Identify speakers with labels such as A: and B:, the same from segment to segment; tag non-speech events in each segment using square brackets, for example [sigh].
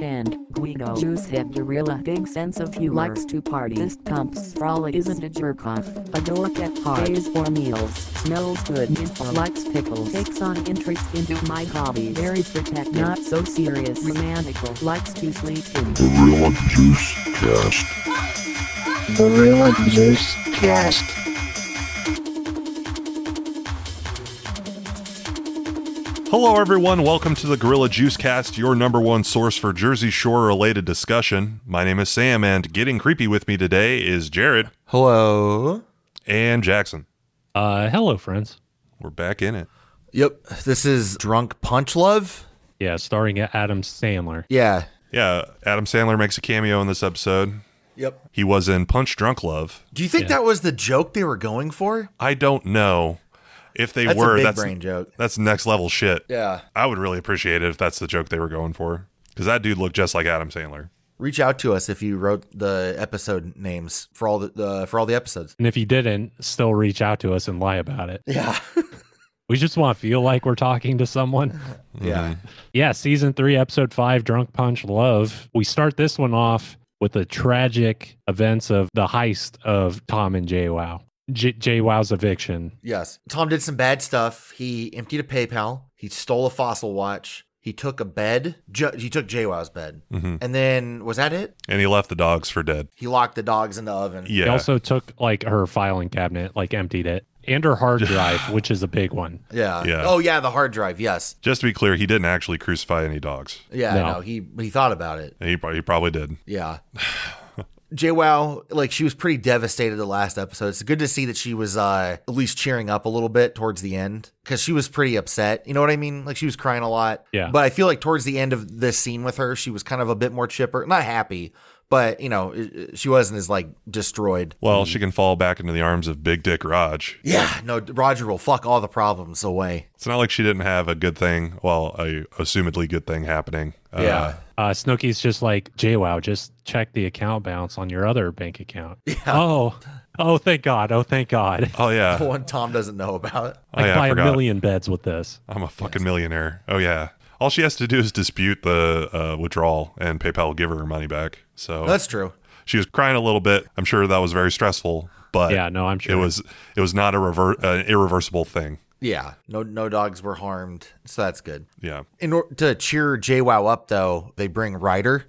A: and Guido Jews have gorilla big sense of humor. Likes to party. This comps frolic isn't a jerk off. A dork at parties or meals. Smells good. Info likes pickles. Takes on interest into my hobbies. Very protective. Not so serious. Romantical. Likes to sleep in.
B: Gorilla Juice Cast.
C: Gorilla Juice Cast.
D: Hello, everyone. Welcome to the Gorilla Juice Cast, your number one source for Jersey Shore related discussion. My name is Sam, and getting creepy with me today is Jared
E: Hello.
D: and Jackson.
F: Uh, hello, friends.
D: We're back in it.
E: Yep. This is Drunk Punch Love.
F: Yeah, starring Adam Sandler.
E: Yeah.
D: Yeah, Adam Sandler makes a cameo in this episode.
E: Yep.
D: He was in Punch Drunk Love.
E: Do you think that was the joke they were going for?
D: I don't know if they
E: That's
D: were.
E: a big
D: that's
E: brain joke.
D: that's next level shit.
E: Yeah.
D: I would really appreciate it if that's the joke they were going for, because that dude looked just like Adam Sandler.
E: Reach out to us if you wrote the episode names for all the, the for all the episodes.
F: And if you didn't, still reach out to us and lie about it.
E: Yeah.
F: [laughs] We just want to feel like we're talking to someone.
E: yeah.
F: Yeah, season three, episode five, Drunk Punch Love. We start this one off with the tragic events of the heist of Tom and Jay Wow. J- Jay Wow's eviction.
E: Yes. Tom did some bad stuff. He emptied a PayPal. He stole a fossil watch. He took a bed. J- he took JWoww's bed.
D: Mhm.
E: And then was that it?
D: And he left the dogs for dead.
E: He locked the dogs in the oven.
D: Yeah.
F: He also took like her filing cabinet, like emptied it, and her hard drive, which is a big one.
E: Yeah.
D: Yeah.
E: Oh yeah, the hard drive. Yes.
D: Just to be clear, he didn't actually crucify any dogs.
E: Yeah.
F: No.
E: no he he thought about it.
D: He probably, he probably did.
E: Yeah. [sighs] JWoww, like she was pretty devastated the last episode. It's good to see that she was uh, at least cheering up a little bit towards the end because she was pretty upset. You know what I mean? Like she was crying a lot.
F: Yeah.
E: But I feel like towards the end of this scene with her, she was kind of a bit more chipper, not happy, but you know, it- it- she wasn't as like destroyed.
F: Mm-hmm.
D: Well, she can fall back into the arms of Big Dick Raj.
E: Yeah. No, Roger will fuck all the problems away.
D: It's not like she didn't have a good thing. Well, a assumedly good thing happening. Uh,
E: Yeah.
F: Uh, Snooky's just like, JWoww, just check the account balance on your other
D: [laughs]
F: bank account. Oh, oh, thank God. Oh, thank God. [laughs]
D: Oh
E: [laughs]
D: yeah.
E: The [laughs] one Tom doesn't know about.
D: oh,
F: I can
D: yeah. I
F: buy a
D: forgot.
F: million beds with this.
D: I'm a fucking millionaire. Oh yeah. All she has to do is dispute the uh, withdrawal, and PayPal will give her her money back. So
E: That's true.
D: she was crying a little bit. I'm sure that was very stressful, but
F: Yeah, no, I'm sure.
D: it was it was not a rever- an irreversible thing.
E: Yeah. No, no dogs were harmed. So that's good.
D: Yeah.
E: In order to cheer JWoww up, though, they bring Ryder.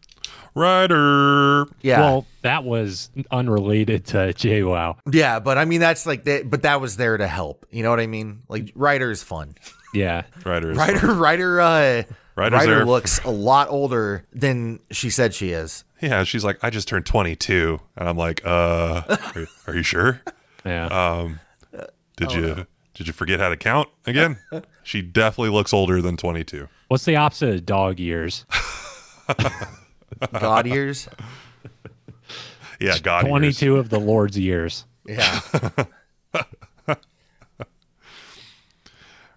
D: Ryder.
E: Yeah.
F: Well, that was unrelated to [laughs] JWoww.
E: yeah, but I mean that's like that but that was there to help. You know what I mean? Like Ryder is fun.
F: Yeah.
D: Ryder. Is
E: Ryder Ryder uh
D: Ryder's
E: Ryder
D: there.
E: looks a lot older than she said she is.
D: [laughs] Yeah, she's like, I just turned 22, and I'm like, uh,
E: [laughs]
D: are, are you sure?
F: Yeah.
D: Uh,
E: Oh,
D: Did you did you forget how to count
E: [laughs]
D: again? she definitely looks older than 22.
F: What's the opposite of
D: [laughs]
F: dog years?
E: God ears.
D: Yeah, God, ears.
F: 22 of the Lord's years.
E: Yeah.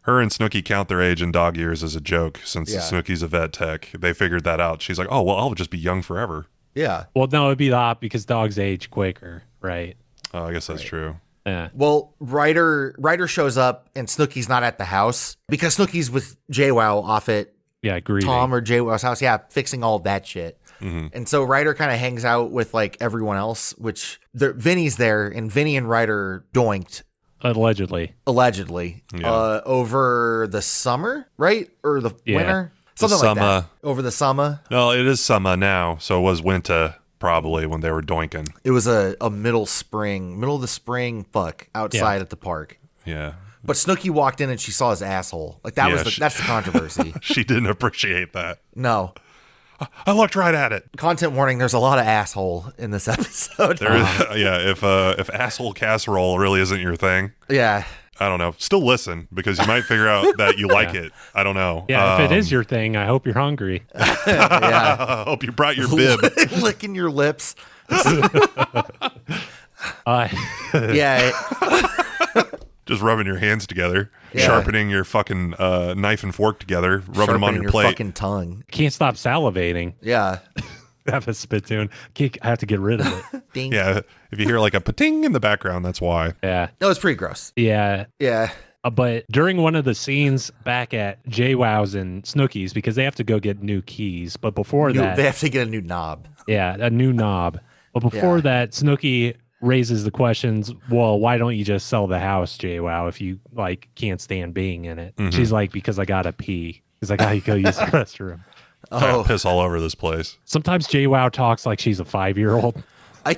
D: Her and Snooky count their age in dog years as a joke, since
E: Yeah.
D: Snooky's a vet tech. They figured that out. She's like, oh well, I'll just be young forever.
E: Yeah.
F: Well, no, it'd be the op because dogs age quicker, right?
D: Oh, I guess that's true.
F: Yeah.
E: Well, Ryder Ryder shows up and Snooky's not at the house because Snooky's with JWoww off at
F: Yeah, grieving.
E: Tom or JWoww's house. Yeah, fixing all that shit.
D: Mm-hmm.
E: And so Ryder kind of hangs out with like everyone else, which there- Vinny's there, and Vinny and Ryder doinked
F: Allegedly.
E: allegedly uh, over the summer, right? Or the
F: Yeah.
E: winter? Something like
D: summer.
E: that. Over the summer.
D: No, it is summer now, so it was winter probably when they were doinking.
E: It was a, a middle spring, middle of the spring fuck outside at the park.
D: Yeah,
E: But Snooky walked in and she saw his asshole. Like that
D: Yeah,
E: was the,
D: she-
E: that's
D: [laughs]
E: the controversy.
D: she didn't appreciate that.
E: no.
D: I looked right at it.
E: Content warning, there's a lot of asshole in this [laughs] episode.
D: There is, [laughs] yeah, if uh, if asshole casserole really isn't your thing,
E: yeah.
D: I don't know. Still listen because you might figure out that you like it. I don't know.
F: Yeah, if it
D: Um,
F: is your thing, I hope
D: [laughs]
F: you're hungry.
E: Yeah.
D: I hope you brought your
E: [laughs]
D: bib.
E: Licking your lips.
F: Uh, [laughs]
E: Yeah.
D: Just rubbing your hands together,
E: Yeah.
D: sharpening your fucking uh, knife and fork together, [laughs] rubbing them on
E: Sharpening
D: your, plate. [laughs]
E: fucking tongue.
F: can't stop salivating.
E: Yeah.
F: I [laughs] have a spittoon. Can't- I have to get rid of it.
E: Ding.
D: Yeah, if you hear like a pating in the background, that's why.
F: [laughs] Yeah.
E: No, it's pretty gross.
F: Yeah.
E: Yeah.
F: Uh, But during one of the scenes back at JWoww's and Snooki's, because they have to go get new keys. But before
E: New-
F: that,
E: they have to get a new knob.
F: yeah, a new knob. But before
E: Yeah.
F: that, Snooki raises the questions. Well, why don't you just sell the house, JWoww, if you like can't stand being in it?
D: Mhm.
F: She's like, because I gotta pee. Because I gotta go use the [laughs] restroom.
D: I
E: Oh,
D: piss all over this place.
F: Sometimes JWoww talks like she's a five year old.
E: I,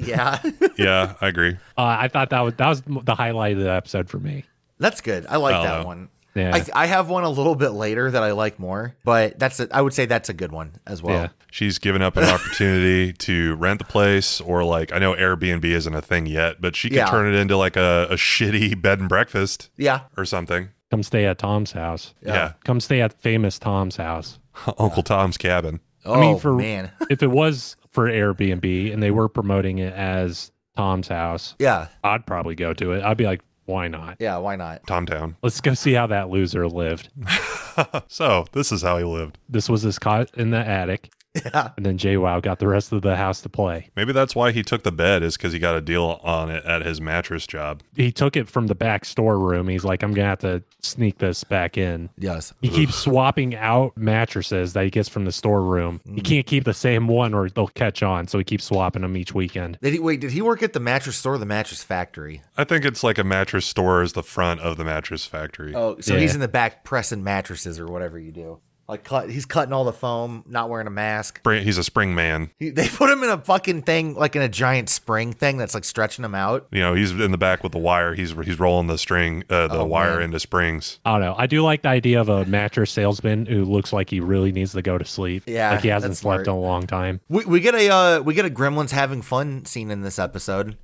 E: [laughs] yeah,
D: Yeah, I agree.
F: Uh, I thought that was that was the highlight of the episode for me.
E: that's good. I like
D: Oh,
E: that
D: no.
E: one.
F: Yeah.
E: I, I have one a little bit later that I like more, but that's a, I would say that's a good one as well.
F: Yeah.
D: She's given
E: [laughs]
D: up an opportunity to rent the place, or like I know Airbnb isn't a thing yet, but she could
E: Yeah.
D: turn it into like a, a shitty bed and breakfast
E: Yeah.
D: or something.
F: Come stay at Tom's house.
E: [laughs]
D: Yeah,
F: Come stay at famous Tom's house.
D: Uncle Tom's cabin.
E: Oh
F: I mean, for-
E: man.
F: if it was for Airbnb and they were promoting it as Tom's house,
E: Yeah.
F: I'd probably go to it. I'd be like, why not?
E: Yeah. Why not?
D: Tomtown.
F: Let's go see how that loser lived.
D: [laughs] So this is how he lived.
F: This was his cot in the attic,
E: Yeah.
F: and then Jay Wow got the rest of the house to play.
D: Maybe that's why he took the bed is because he got a deal on it at his mattress job.
F: He took it from the back storeroom. He's like, I'm gonna have to sneak this back in.
E: Yes.
F: He keeps swapping out mattresses that he gets from the storeroom. He can't keep the same one or they'll catch on. So he keeps swapping them each weekend.
E: Did he wait? Did he work at the mattress store, or the mattress factory?
D: I think it's like a mattress store is the front of the mattress factory.
E: Oh, so
F: Yeah.
E: he's in the back pressing mattresses or whatever you do. Like cut, he's cutting all the foam, not wearing a mask.
D: Spring- He's a spring man.
E: He, they [laughs] put him in a fucking thing, like in a giant spring thing that's like stretching him out.
D: You know, he's in the back with the wire. He's he's rolling the string, uh, the
E: Oh,
D: wire
E: man.
D: into springs.
F: I don't know. I do like the idea of a mattress salesman who looks like he really needs to go to sleep.
E: Yeah,
F: Like he hasn't
E: that's
F: slept
E: smart.
F: in a long time.
E: We, we get a uh, we get a Gremlins having fun scene in this episode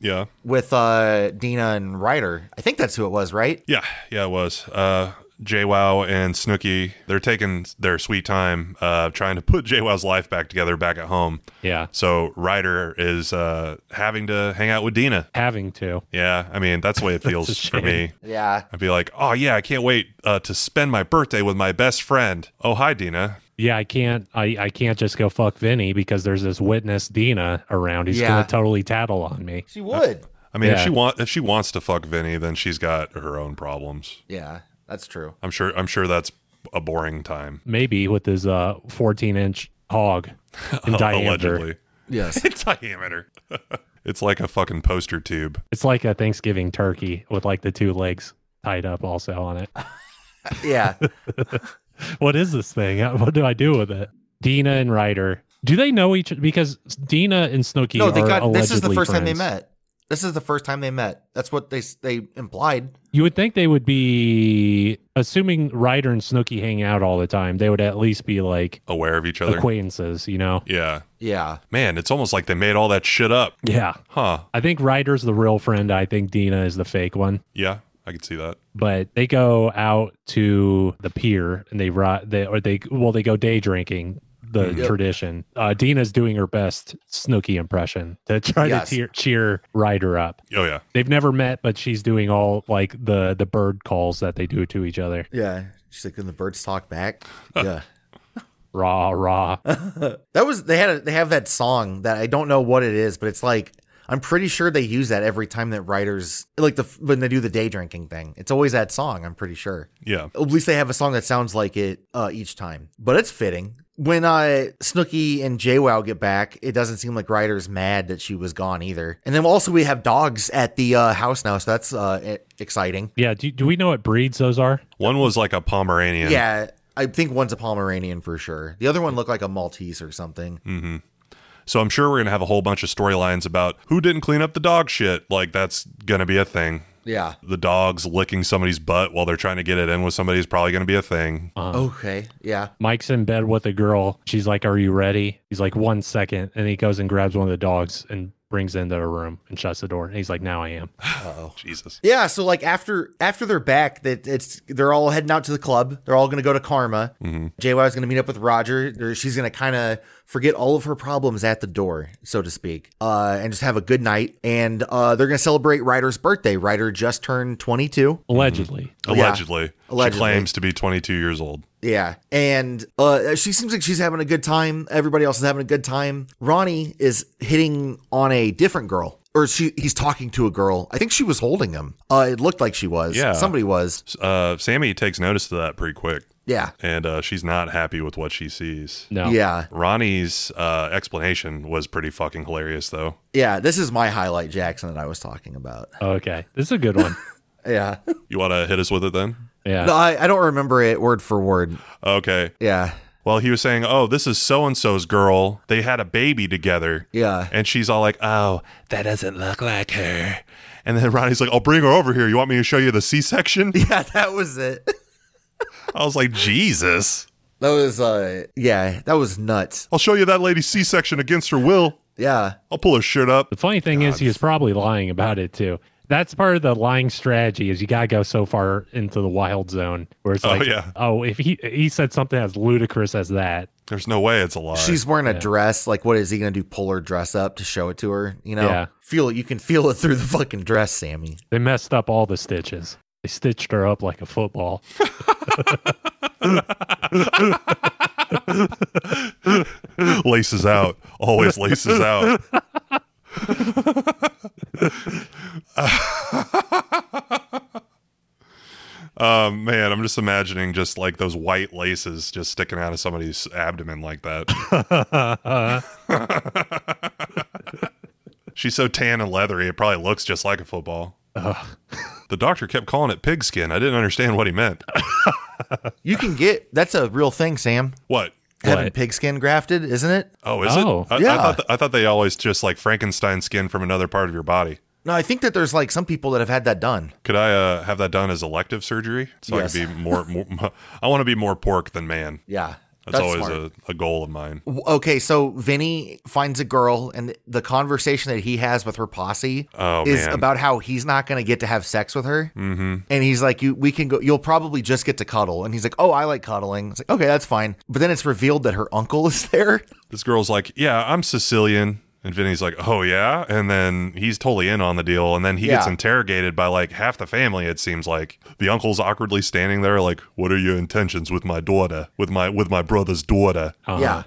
D: Yeah,
E: with uh, Dina and Ryder. I think that's who it was, right?
D: yeah, yeah. It was. Uh, JWoww and Snooki, they're taking their sweet time uh, trying to put [laughs] JWoww's life back together back at home.
F: Yeah.
D: So Ryder is uh, having to hang out with Dina.
F: Having to.
D: Yeah, I mean that's the way
F: [laughs]
D: it
F: a
D: feels for
F: shame.
D: me.
E: Yeah.
D: I'd be like, oh yeah, I can't wait uh, to spend my birthday with my best friend. Oh hi, Dina.
F: Yeah, I can't I, I can't just go fuck Vinny because there's this witness Dina around. He's
E: Yeah.
F: gonna totally tattle on me.
E: She would.
D: I mean, if
F: Yeah.
D: she want if she wants to fuck Vinny, then she's got her own problems.
E: [laughs] yeah, that's true.
D: I'm sure. I'm sure that's a boring time.
F: Maybe with his uh fourteen inch hog
D: [laughs]
F: in diameter.
D: Allegedly,
E: Yes.
D: diameter. [laughs] it's like a fucking poster tube.
F: It's like a Thanksgiving turkey with like the two legs tied up also on it.
E: [laughs] yeah. [laughs]
F: what is this thing? [laughs] What do I do with it? Dina and Ryder. Do they know each? Because Dina and Snooki.
E: No, they
F: are
E: got. This is the
F: allegedly
E: first time they
F: friends.
E: met. This is the first time they met. That's what they s- they implied.
F: You would think they would be, assuming Ryder and Snooki hang out all the time. They would at least be like
D: Aware of each other.
F: acquaintances, you know?
D: yeah,
E: Yeah.
D: man. It's almost like they made all that shit up,
F: Yeah,
D: huh?
F: I think Ryder's the real friend. I think Dina is the fake one.
D: Yeah, I could see that.
F: But they go out to the pier and they ri They or they well they go day drinking. The
E: Mm-hmm. Yep.
F: tradition. Uh, Dina's doing her best Snooki impression to try
E: Yes.
F: to tear cheer Ryder up.
D: Oh yeah,
F: they've never met but she's doing all like the the bird calls that they do to each other
E: Yeah. She's like, then the birds talk [laughs] back. yeah. [laughs]
F: rah rah
E: That was they had a, they have that song that I don't know what it is, but it's like I'm pretty sure they use that every time that writers like the when they do the day drinking thing. It's always that song. I'm pretty sure.
D: yeah.
E: At least they have a song that sounds like it uh, each time, but it's fitting. When uh, Snooky and JWoww get back, it doesn't seem like Ryder's mad that she was gone either. And then also we have dogs at the uh, house now, so that's uh, e- exciting.
F: yeah do, do we know what breeds those are
D: One was like a Pomeranian.
E: Yeah, I think one's a Pomeranian for sure. The other one looked like a Maltese or something.
D: So I'm sure we're gonna have a whole bunch of storylines about who didn't clean up the dog shit. Like that's gonna be a thing.
E: Yeah.
D: The dogs licking somebody's butt while they're trying to get it in with somebody is probably gonna be a thing.
E: Okay. Yeah.
F: mike's in bed with a girl she's like are you ready he's like one second and he goes and grabs one of the dogs and brings it into her room and shuts the door and he's like now i am
E: Mm-hmm.
D: Jesus.
E: Yeah, so like after after they're back, that it's they're all heading out to the club. They're all gonna go to Karma. mm JY is gonna meet up with Roger. They're- She's gonna kind of forget all of her problems at the door, so to speak, uh, and just have a good night. And uh, they're gonna celebrate Ryder's birthday. Ryder just turned twenty two.
F: allegedly
D: Allegedly. She
E: Oh, Allegedly.
D: claims to be 22 years old.
E: Yeah, and uh, she seems like she's having a good time. Everybody else is having a good time. Ronnie is hitting on a different girl. or she he's talking to a girl. I think she was holding him. Uh, it looked like she was.
D: Yeah.
E: somebody was.
D: Uh, Sammy takes notice of that pretty quick,
E: Yeah,
D: and uh, she's not happy with what she sees.
F: No.
E: yeah,
D: Ronnie's uh, explanation was pretty fucking hilarious, though.
E: yeah. This is my highlight, Jackson, that I was talking about.
F: Okay. This is a
E: [laughs]
F: good one.
E: Yeah,
D: You want to hit us with it then?
F: Yeah.
E: no, I, I don't remember it word for word.
D: Okay.
E: Yeah,
D: Well, he was saying, "Oh, this is so and so's girl. They had a baby together."
E: yeah. [laughs]
D: And she's all like, "Oh, that doesn't look like her." And then [laughs] Ronnie's like, "I'll bring her over here. You want me to show you the C-section?"
E: Yeah, that was it.
D: I was like, "Jesus,
E: That was uh yeah, that was nuts.
D: I'll show you that lady's C-section against her will.
E: Yeah.
D: I'll pull her shirt up."
F: The funny thing is, he was probably lying about it too. That's part of the lying strategy is you gotta go so far into the wild zone where it's
D: Oh,
F: like,
D: yeah.
F: oh, if he he said something as ludicrous as that,
D: There's no way it's a lie.
E: She's wearing a
F: Yeah.
E: dress. Like, what is he gonna do? Pull her dress up to show it to her? You know,
F: Yeah.
E: feel it. You can feel it [laughs] through the fucking dress, Sammy.
F: they messed up all the stitches. They stitched her up like a football.
D: laces out. Always laces out. um, man, I'm just imagining just like those white laces just sticking out of somebody's abdomen like that. She's so tan and leathery, it probably looks just like a football. The doctor kept calling it pigskin. I didn't understand what he meant.
E: You can get that's a real thing, Sam.
D: What?
E: Having
F: What?
E: pigskin grafted, isn't it?
D: Oh, is
F: Oh.
D: it? I, I
E: Yeah.
D: thought th- I thought they always just like Frankenstein skin from another part of your body.
E: No, I think that there's like some people that have had that done.
D: Could I uh, have that done as elective surgery? So I
E: Yes.
D: could be
E: [laughs]
D: more. more I want to be more pork than man.
E: Yeah.
D: That's, always
E: smart.
D: a, a goal of mine.
E: W- Okay, so Vinny finds a girl, and the conversation that he has with her posse
D: Oh,
E: is
D: man.
E: about how he's not going to get to have sex with her,
D: Mm-hmm.
E: and he's like, "You, we can go. You'll probably just get to cuddle." And he's like, "Oh, I like cuddling." It's like, "Okay, that's fine." But then it's revealed that her uncle is [laughs] there.
D: This girl's like, yeah, I'm Sicilian. And Vinny's like, oh, yeah. And then he's totally in on the deal. And then he gets
E: Yeah.
D: interrogated by like half the family, it seems like. The uncle's awkwardly standing there, like, what are your intentions with my daughter, with my with my brother's daughter?
F: Uh,
E: Yeah.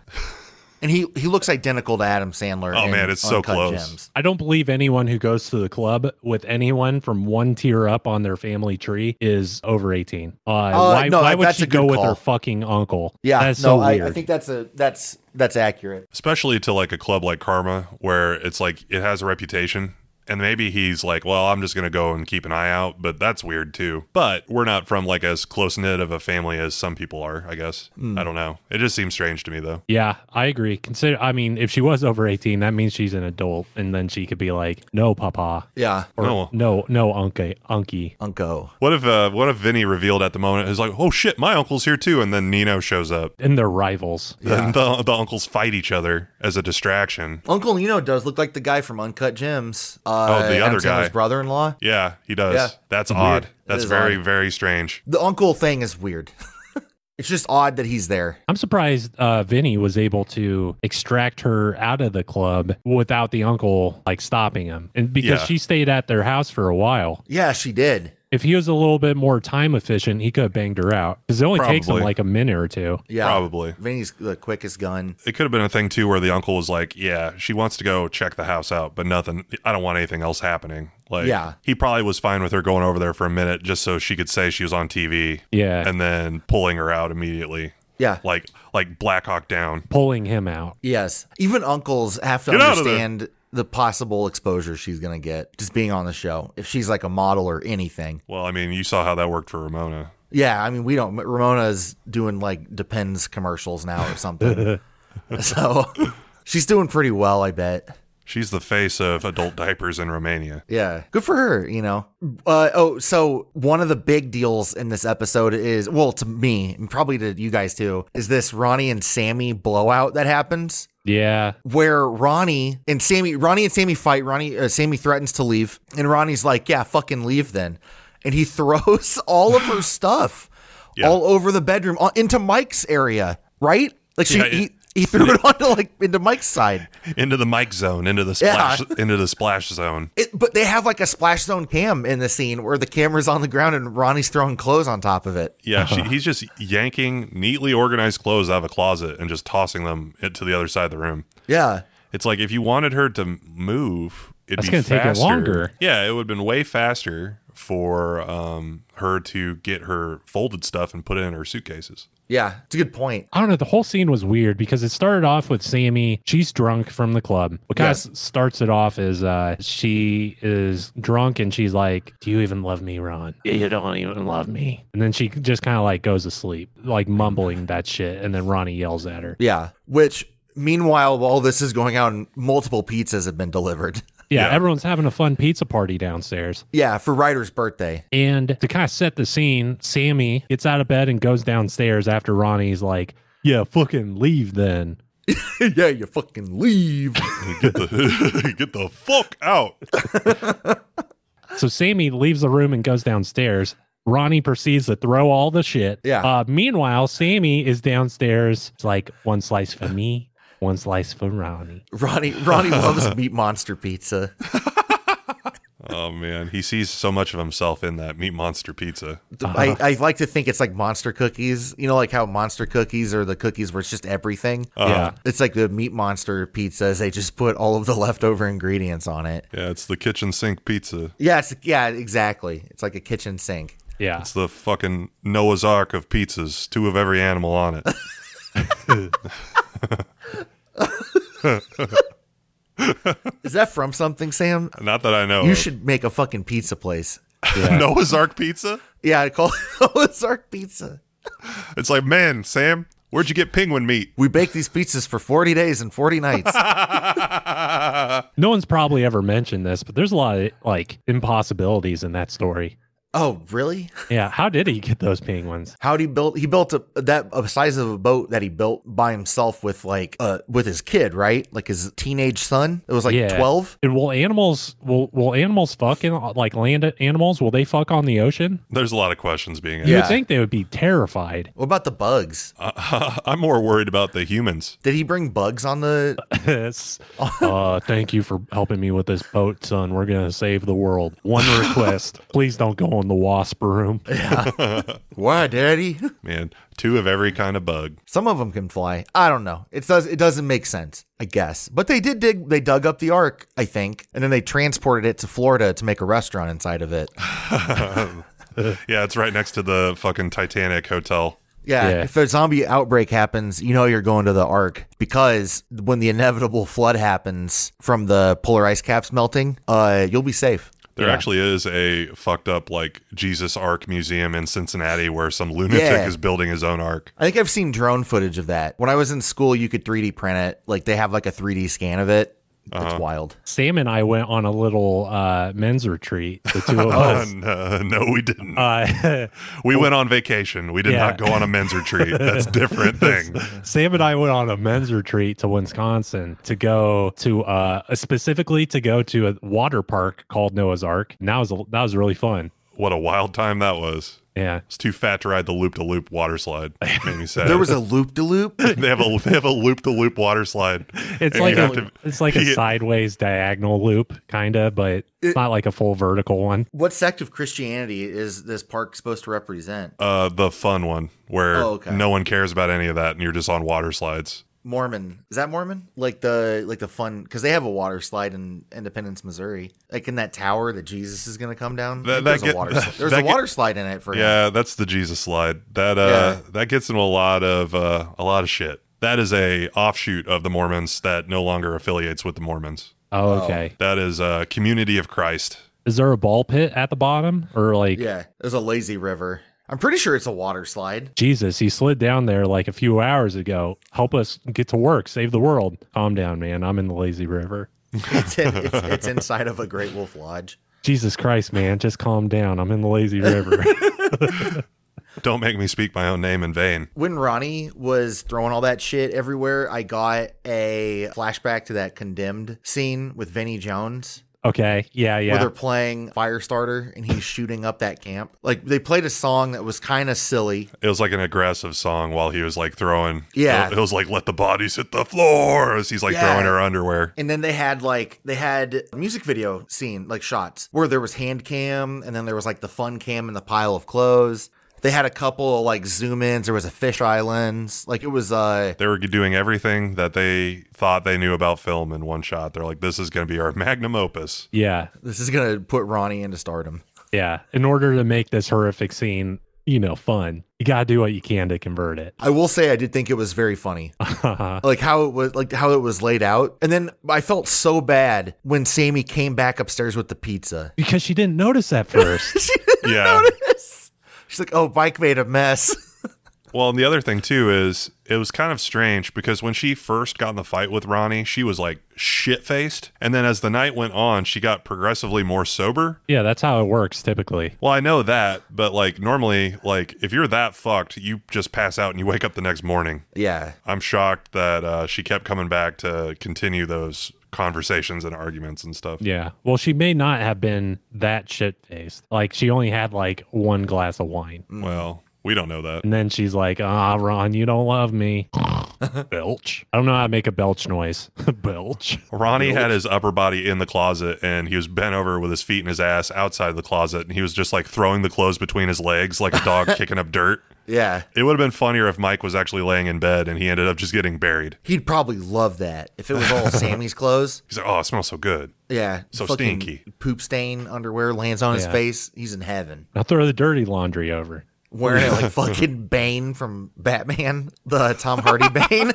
E: And he, he looks identical to Adam Sandler.
D: Oh,
E: in
D: man, it's so
E: Uncut
D: close.
E: Gems.
F: I don't believe anyone who goes to the club with anyone from one tier up on their family tree is over eighteen. Uh, why,
E: no,
F: why would
E: that's
F: she
E: a good
F: go with
E: call.
F: her fucking uncle?
E: Yeah,
F: that's
E: no,
F: so
E: I,
F: weird.
E: I think that's a that's that's accurate.
D: especially to like a club like Karma, where it's like it has a reputation. And maybe he's like, well, I'm just going to go and keep an eye out, but that's weird too. But we're not from like as close knit of a family as some people are, I guess.
E: Hmm.
D: I don't know. It just seems strange to me though.
F: Yeah, I agree. Consider, I mean, if she was over 18, that means she's an adult, and then she could be like, no, papa,
E: Yeah,
F: or
D: No.
F: no, no, unky, unky.
E: Unco.
D: What if uh, what if Vinny revealed at the moment is like, oh shit, my uncle's here too, and then Nino shows up.
F: And they're rivals.
D: Then the, the uncles fight each other as a distraction.
E: Uncle Nino does look like the guy from Uncut Gems. Uh,
D: Oh, the
E: Adam
D: other
E: Sandler's
D: guy.
E: brother-in-law.
D: Yeah, he does.
E: Yeah.
D: That's odd. That's
E: is
D: very
E: odd.
D: very strange.
E: The uncle thing is weird. [laughs] it's just odd that he's there.
F: I'm surprised uh, Vinny was able to extract her out of the club without the uncle like stopping him, and because
D: Yeah.
F: she stayed at their house for a while.
E: Yeah, she did.
F: If he was a little bit more time efficient, he could have banged her out because it only takes him
D: Probably.
F: like a minute or two.
E: Yeah,
D: Probably.
E: Vinny's the quickest gun.
D: It could have been a thing too where the uncle was like, "Yeah, she wants to go check the house out, but nothing. I don't want anything else happening." Like,
E: Yeah.
D: he probably was fine with her going over there for a minute just so she could say she was on TV,
F: Yeah,
D: and then pulling her out immediately,
E: Yeah.
D: like like Black Hawk Down.
F: pulling him out.
E: Yes. Even uncles have to
D: Get out of there.
E: understand the possible exposure she's gonna get just being on the show. If she's like a model or anything.
D: Well, I mean, you saw how that worked for Ramona.
E: Yeah, I mean we don't. Ramona's doing like Depends commercials now
D: [laughs]
E: or something. [laughs] so she's doing pretty well, I bet.
D: She's the face of adult diapers in Romania.
E: Yeah. Good for her, you know. Uh, oh, so one of the big deals in this episode is, well, to me, and probably to you guys too, is this Ronnie and Sammy blowout that happens
F: Yeah,
E: where Ronnie and Sammy, Ronnie and Sammy fight. Ronnie, uh, Sammy threatens to leave, and Ronnie's like, "Yeah, fucking leave then," and he [laughs] throws all of her stuff
D: Yeah.
E: all over the bedroom uh, into Mike's area, right? Like she,
D: Yeah, yeah.
E: he, he threw it [laughs] onto like into Mike's side.
D: Into the mic zone, into the
E: Yeah.
D: splash, into the splash zone.
E: It, but they have like a splash zone cam in the scene where the camera's on the ground and Ronnie's throwing clothes on top of it.
D: Yeah, she, he's just yanking neatly organized clothes out of a closet and just tossing them to the other side of the room.
E: Yeah.
D: It's like if you wanted her to move, it'd
F: That's
D: be
F: gonna take it
D: faster-
F: longer.
D: Yeah, it would have been way faster for um her to get her folded stuff and put it in her suitcases. [laughs]
E: Yeah, it's a good point.
F: I don't know. The whole scene was weird because it started off with Sammy. She's drunk from the club. What kind of starts it off is uh, she is drunk and she's like, "Do you even love me, Ron? You don't even love me." And then she just kind of like goes to sleep, like mumbling that shit. And then Ronnie yells at her.
E: Yeah, which meanwhile, while this is going on, multiple pizzas have been delivered. [laughs]
F: Yeah,
D: Yeah.
F: everyone's having a fun pizza party downstairs.
E: yeah, for Ryder's birthday.
F: And to kind of set the scene, Sammy gets out of bed and goes downstairs after Ronnie's like, "Yeah, fucking leave then."
E: [laughs] yeah, you fucking leave. [laughs]
D: Get the [laughs] get the fuck out.
F: So Sammy leaves the room and goes downstairs. Ronnie proceeds to throw all the shit.
E: Yeah.
F: Uh, meanwhile, Sammy is downstairs. It's like one slice for me, one slice for Ronnie.
E: Ronnie Ronnie [laughs] loves meat monster pizza.
D: Oh man, he sees so much of himself in that meat monster pizza.
E: I, I like to think it's like monster cookies. You know, like how monster cookies are the cookies where it's just everything.
F: Yeah.
E: It's like the meat monster pizzas. They just put all of the leftover ingredients on it.
D: Yeah, it's the kitchen sink pizza.
E: Yeah, it's, yeah, exactly. It's like a kitchen sink.
F: Yeah.
D: It's the fucking Noah's Ark of pizzas, two of every animal on it. [laughs]
E: Is that from something, Sam?
D: Not that I know.
E: You
D: of.
E: should make a fucking pizza place.
D: [laughs] Noah's Ark pizza?
E: Yeah, I call [laughs] it Ozark Pizza.
D: It's like, man, Sam, where'd you get penguin meat?
E: We bake these pizzas for 40 days and 40 [laughs] nights.
F: No one's probably ever mentioned this, but there's a lot of like impossibilities in that story.
E: oh, really?
F: Yeah. How did he get those penguins?
E: How'd he build? He built a, that a size of a boat that he built by himself with like uh with his kid, right? Like his teenage son. It was like
F: Yeah.
E: 12.
F: And will animals will will animals fucking like land animals? Will they fuck on the ocean?
D: There's a lot of questions being asked.
F: You
E: Yeah.
F: would think they would be terrified.
E: What about the bugs?
D: [laughs] I'm more worried about the humans.
E: Did he bring bugs on the?
D: [laughs]
F: Yes. uh, thank you for helping me with this boat, son. We're gonna save the world. One
D: [laughs]
F: request: please don't go in the wasp room.
E: [laughs] Why, Daddy?
D: Man, two of every kind of bug.
E: Some of them can fly. I don't know. It does. It doesn't make sense, I guess. But they did dig. They dug up the ark, I think, and then they transported it to Florida to make a restaurant inside of it.
D: Yeah, it's right next to the fucking Titanic hotel.
E: Yeah,
F: Yeah.
E: if a zombie outbreak happens, you know you're going to the Ark because when the inevitable flood happens from the polar ice caps melting, uh, you'll be safe.
D: There
F: Yeah.
D: actually is a fucked up like Jesus Ark museum in Cincinnati where some lunatic
E: Yeah.
D: is building his own ark.
E: I think I've seen drone footage of that. When I was in school, you could 3D print it. Like they have like a 3D scan of it. It's wild.
F: Sam and I went on a little uh, men's retreat. The
D: [laughs]
F: two of
D: Uh,
F: us.
D: no, no, we didn't. [laughs]
F: Uh,
D: we went on vacation. We did
F: Yeah.
D: not go on a men's
F: [laughs]
D: retreat. That's a different thing.
F: Sam and I went on a men's retreat to Wisconsin to go to uh, specifically to go to a water park called Noah's Ark. And that was that was really fun.
D: What a wild time that was.
F: Yeah.
D: It's too fat to ride the loop to loop water slide. Made
F: [laughs]
D: me sad.
E: There was a loop de loop.
D: [laughs] they have a they have a loop to loop water slide.
F: It's
D: And
F: like
D: you
F: a,
D: have to-
F: it's like a
D: you-
F: sideways diagonal loop, kind of, but it's not like a full vertical one.
E: What sect of Christianity is this park supposed to represent?
D: Uh, the fun one where
E: Oh, okay.
D: no one cares about any of that, and you're just on water slides.
E: Mormon. Is that Mormon? Like the like the fun because they have a water slide in Independence, Missouri. Like in that tower that Jesus is going to come down.
D: That-
E: there's
D: that get-
E: a
D: [laughs]
E: water.
D: that-
E: there's
D: that
E: a water
D: get-
E: slide in it for him.
D: Yeah, that's the Jesus slide. That uh, that gets into a lot of uh, a lot of shit. That is a offshoot of the Mormons that no longer affiliates with the Mormons.
F: Oh, okay.
D: That is uh, Community of Christ.
F: Is there a ball pit at the bottom or like
E: Yeah, there's a lazy river. I'm pretty sure it's a water slide. [laughs]
F: Jesus, he slid down there like a few hours ago. Help us get to work, save the world. Calm down, man. I'm in the lazy river.
E: It's, in, it's, it's inside of a Great Wolf Lodge.
F: Jesus Christ, man, just calm down. I'm in the lazy river.
D: Don't make me speak my own name in vain.
E: When Ronnie was throwing all that shit everywhere, I got a flashback to that condemned scene with Vinnie Jones.
F: okay. Yeah,
E: Where
F: yeah.
E: they're playing Firestarter and he's shooting up that camp. Like they played a song that was kind of silly.
D: It was like an aggressive song while he was like throwing. uh,
E: Yeah.
D: It was like, let the bodies hit the floor as he's like
E: Yeah.
D: throwing her underwear.
E: And then they had like they had a music video scene like shots where there was hand cam and then there was like the fun cam and the pile of clothes. They had a couple of like zoom ins. There was a fish islands. Like it was uh
D: They were doing everything that they thought they knew about film in one shot. They're like, this is going to be our magnum opus.
F: Yeah.
E: this is gonna put Ronnie into stardom.
F: Yeah. In order to make this horrific scene, you know, fun, you got to do what you can to convert it.
E: I will say I did think it was very funny. like how it was like how it was laid out. And then I felt so bad when Sammy came back upstairs with the pizza.
F: because she didn't notice at first.
E: She didn't
D: Yeah.
E: notice. She's like, "Oh, Mike made a mess." [laughs]
D: Well, and the other thing too is it was kind of strange because when she first got in the fight with Ronnie, she was like shit faced. And then as the night went on, she got progressively more sober.
F: yeah, that's how it works typically.
D: Well, I know that, but like normally, like if you're that fucked, you just pass out and you wake up the next morning.
E: yeah.
D: I'm shocked that uh, she kept coming back to continue those conversations and arguments and stuff.
F: Yeah. Well, she may not have been that shit faced. Like she only had like one glass of wine.
D: Well, we don't know that.
F: And then she's like, ah, Ron, you don't love
E: [laughs]
F: me. belch. I don't know how to make a belch noise. [laughs] belch.
D: Ronnie had his upper body in the closet and he was bent over with his feet and his ass outside the closet and he was just like throwing the clothes between his legs like a dog [laughs] kicking up dirt.
E: Yeah.
D: It would have been funnier if Mike was actually laying in bed and he ended up just getting buried.
E: He'd probably love that if it was all Sammy's clothes.
D: He's like, "Oh, it smells so good."
E: Yeah.
D: So
E: fucking
D: stinky.
E: Poop stain underwear lands on his
F: Yeah.
E: face. He's in heaven.
F: Now throw the dirty laundry over. [laughs]
E: Wearing it like
D: [laughs]
E: fucking Bane from Batman, the Tom Hardy Bane.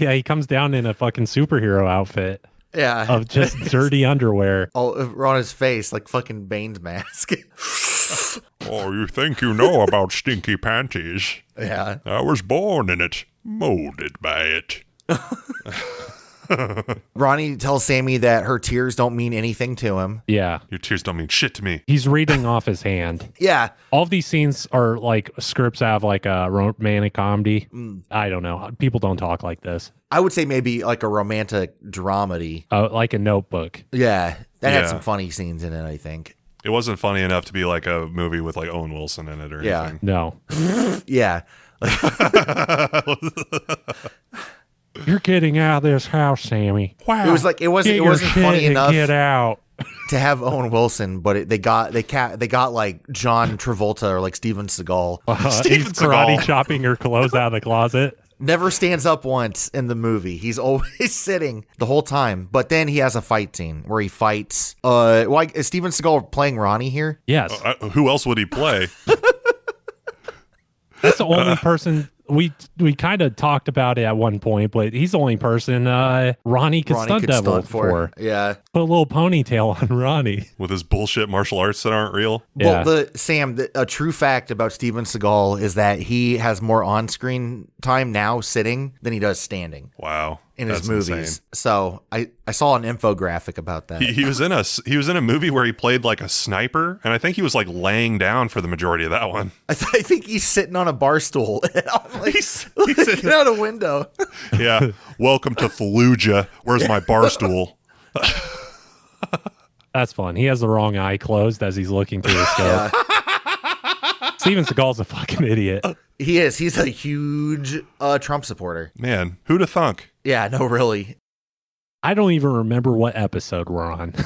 F: yeah, he comes down in a fucking superhero outfit
E: yeah. [laughs]
F: of just dirty underwear.
E: all over on his face like fucking Bane's mask. [laughs]
D: Oh, you think you know about stinky panties?
E: yeah.
D: I was born in it, molded by it.
E: Ronnie tells Sammy that her tears don't mean anything to him.
F: Yeah.
D: Your tears don't mean shit to me.
F: He's reading off his hand.
E: Yeah.
F: All of these scenes are like scripts out of like a romantic comedy.
E: Mm.
F: I don't know. People don't talk like this.
E: I would say maybe like a romantic dramedy.
F: Uh, like a notebook.
E: Yeah. That had
D: Yeah.
E: some funny scenes in it, I think.
D: It wasn't funny enough to be like a movie with like Owen Wilson in it or
E: Yeah.
D: anything.
F: No.
E: Yeah.
F: You're getting out of this house, Sammy.
D: Wow.
E: It was like it
F: Get
E: wasn't it
F: your
E: wasn't
F: shit
E: funny
F: and
E: enough
F: Get out.
E: to have Owen Wilson, but it, they got they cat they got like John Travolta or like Steven Seagal. [laughs]
F: [laughs] Uh,
D: Steven
F: he's karate
D: Seagal.
F: chopping her clothes out of the closet.
E: Never stands up once in the movie. He's [laughs] always sitting the whole time. But then he has a fight scene where he fights. Uh, why is Steven Seagal playing Ronnie here?
F: Yes.
D: Uh, who else would he play?
F: That's the only person we we kind of talked about it at one point, but he's the only person uh, Ronnie could stunt double for.
E: Yeah.
F: Put a little ponytail on [laughs] Ronnie.
D: with his bullshit martial arts that aren't real.
E: Well,
F: Yeah.
E: the Sam, the, a true fact about Steven Seagal is that he has more on-screen time now sitting than he does standing
D: Wow,
E: in
D: That's
E: his movies.
D: insane.
E: So I I saw an infographic about that.
D: He, he was in a s- he was in a movie where he played like a sniper, and I think he was like laying down for the majority of that one.
E: I, th- I think he's sitting on a bar stool, [laughs] I'm like,
D: He's- he's
E: looking
D: sitting-
E: out a window. [laughs]
D: Yeah, welcome to Fallujah. Where's my bar stool?
F: That's fun. He has the wrong eye closed as he's looking through the scope. [laughs] Steven Seagal's a fucking idiot.
E: He is. He's a huge uh, Trump supporter.
D: Man, who to thunk?
E: Yeah. No, really.
F: I don't even remember what episode we're on. [laughs]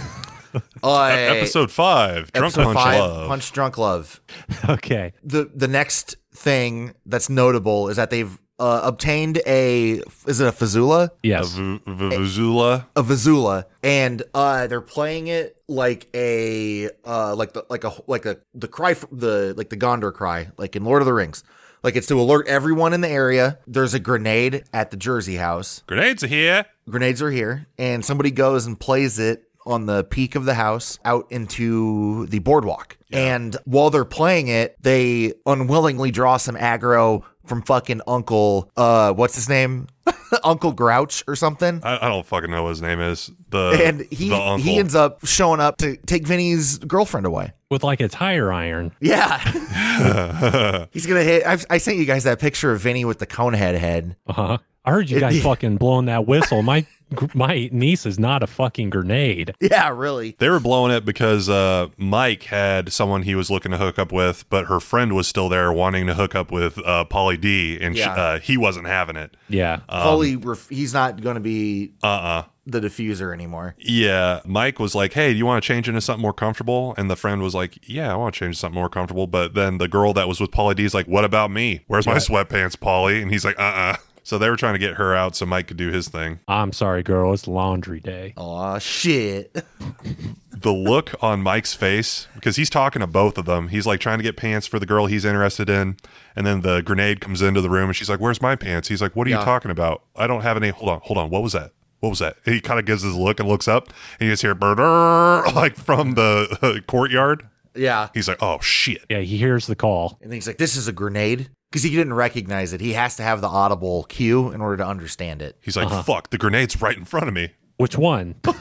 E: Uh,
D: E- episode five, drunk
E: episode
D: punch
E: five,
D: love.
E: Punch drunk love.
F: okay.
E: the the next thing that's notable is that they've uh, obtained a is it a fazula
D: A
F: Yes.
D: v- v- Vizula.
E: a vazula and uh they're playing it like a uh like the like a like a the cry for the like the gondor cry like in lord of the rings like it's to alert everyone in the area there's a grenade at the jersey house
D: Grenades are here.
E: grenades are here and somebody goes and plays it on the peak of the house out into the boardwalk and while they're playing it they unwillingly draw some aggro from fucking uncle uh what's his name [laughs] uncle grouch or something
D: I, I don't fucking know what his name is. The [laughs]
E: and he
D: the uncle.
E: he ends up showing up to take Vinny's girlfriend away.
F: With like a tire iron.
E: Yeah, [laughs] he's gonna hit. I've,
D: [laughs]
E: I sent you guys that picture of Vinny with the cone head head.
F: Uh-huh. [laughs] Uh huh. I heard you guys fucking blowing that whistle. My gr- my niece is not a fucking grenade.
E: Yeah, really.
D: They were blowing it because uh, Mike had someone he was looking to hook up with, but her friend was still there wanting to hook up with uh, Polly D, and she,
E: Yeah.
D: uh, he wasn't having it.
F: Yeah.
D: Um,
E: Foley, Um, ref- he's not going to be
D: Uh uh
E: the diffuser anymore.
D: Yeah. Mike was like, hey, do you want to change into something more comfortable? And the friend was like, yeah, I want to change to something more comfortable. But then the girl that was with Polly D is like, what about me? Where's my sweatpants, Polly? And he's like, uh uh So they were trying to get her out so Mike could do his thing.
F: I'm sorry, girl. It's laundry day.
E: Oh shit! [laughs]
D: the look on Mike's face because he's talking to both of them. He's like trying to get pants for the girl he's interested in, and then the grenade comes into the room and she's like, "Where's my pants?" He's like, "What are you
E: Yeah.
D: talking about? I don't have any." Hold on, hold on. What was that? What was that? And he kind of gives his look and looks up, and you just hear [laughs] "Brrrr," like from the uh, courtyard.
E: Yeah,
D: He's like, "Oh shit!"
F: Yeah, he hears the call.
E: and he's like, "This is a grenade," because he didn't recognize it. He has to have the audible cue in order to understand it.
D: He's like, "Fuck, the grenade's right in front of me."
F: Which [laughs] one?
E: Guess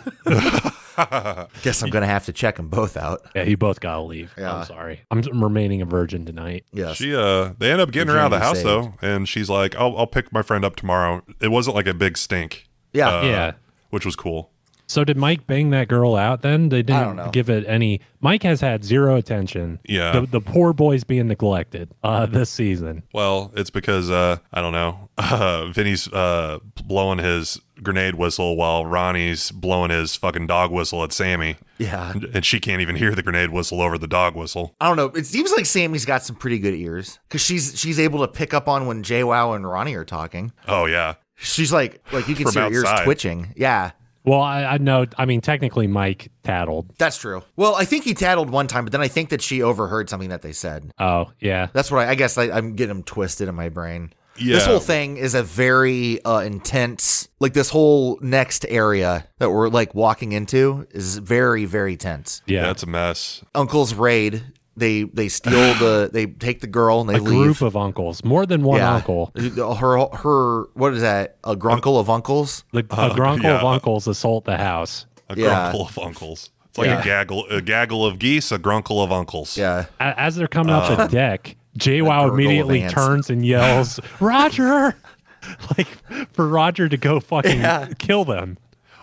E: I'm going to have to check them both out.
F: yeah, you both gotta leave.
E: Yeah.
F: I'm sorry. I'm remaining a virgin tonight.
E: Yes.
D: She uh, they end up getting her out of the
E: Virginia
D: house
E: saved.
D: though, and she's like, "I'll I'll pick my friend up tomorrow." It wasn't like a big stink,
E: yeah.
D: uh,
F: yeah.
D: which was cool.
F: So did Mike bang that girl out then? They didn't
E: don't know.
F: give it any Mike has had zero attention.
D: Yeah.
F: The, the poor boy's being neglected uh this season.
D: Well, it's because uh, I don't know. [laughs] Uh, Vinny's uh, blowing his grenade whistle while Ronnie's blowing his fucking dog whistle at
E: [laughs]
D: Sammy,
E: yeah.
D: and she can't even hear the grenade whistle over the dog whistle.
E: I don't know. It seems like Sammy's got some pretty good ears because she's she's able to pick up on when JWoww and Ronnie are talking.
D: Oh yeah,
E: She's like like you can
D: From
E: see her
D: outside.
E: ears twitching. Yeah,
F: Well, I, I know I mean technically Mike tattled.
E: that's true. Well, I think he tattled one time, but then I think that she overheard something that they said.
F: Oh, yeah.
E: That's what I, I guess I, I'm getting them twisted in my brain. This
D: Yeah.
E: whole thing is a very uh, intense, like this whole next area that we're like walking into is very, very tense.
F: Yeah.
D: that's a mess.
E: Uncle's raid. They they steal the they take the girl and they
F: a
E: leave.
F: group of uncles. More than one
E: Yeah. [laughs] uh,
F: uncle.
E: Her her what is that? A grunkle of uncles?
F: The a
E: Uh,
F: grunkle
D: yeah.
F: of uncles assault the house.
D: A
E: Yeah.
D: grunkle of uncles. It's like
E: Yeah.
D: a gaggle, a gaggle of geese, a grunkle of uncles.
E: Yeah.
F: A- As they're coming up the deck, JWoww
E: Uh, gurgle of
F: immediately
E: ants.
F: turns
E: [laughs]
F: and yells, "Roger!" [laughs] like for Roger to go fucking kill them.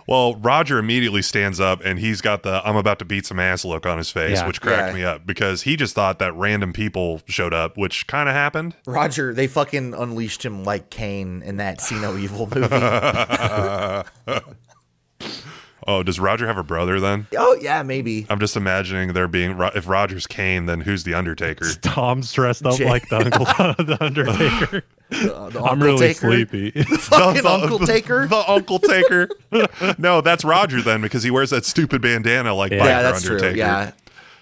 D: Well, Roger immediately stands up and he's got the I'm about to beat some ass look on his face,
F: Yeah.
D: which cracked
E: Yeah.
D: me up because he just thought that random people showed up, which kind of happened.
E: Roger, they fucking unleashed him like Kane in that See [laughs] No Evil movie.
D: Oh, does Roger have a brother then?
E: oh yeah, maybe.
D: I'm just imagining there being Ro- if Rogers Kane, then who's the Undertaker?
F: Tom's dressed up like the
E: [laughs]
F: uncle [laughs] of the Undertaker. I'm
E: Uh, Uncle
F: really
E: Taker? [laughs]
F: sleepy. [laughs]
E: Fucking Uncle
D: [laughs]
E: Taker.
D: the Uncle Taker. [laughs] no, that's Roger then because he wears that stupid bandana like
F: Yeah,
D: Biker
E: Yeah, that's
D: Undertaker.
E: true. Yeah.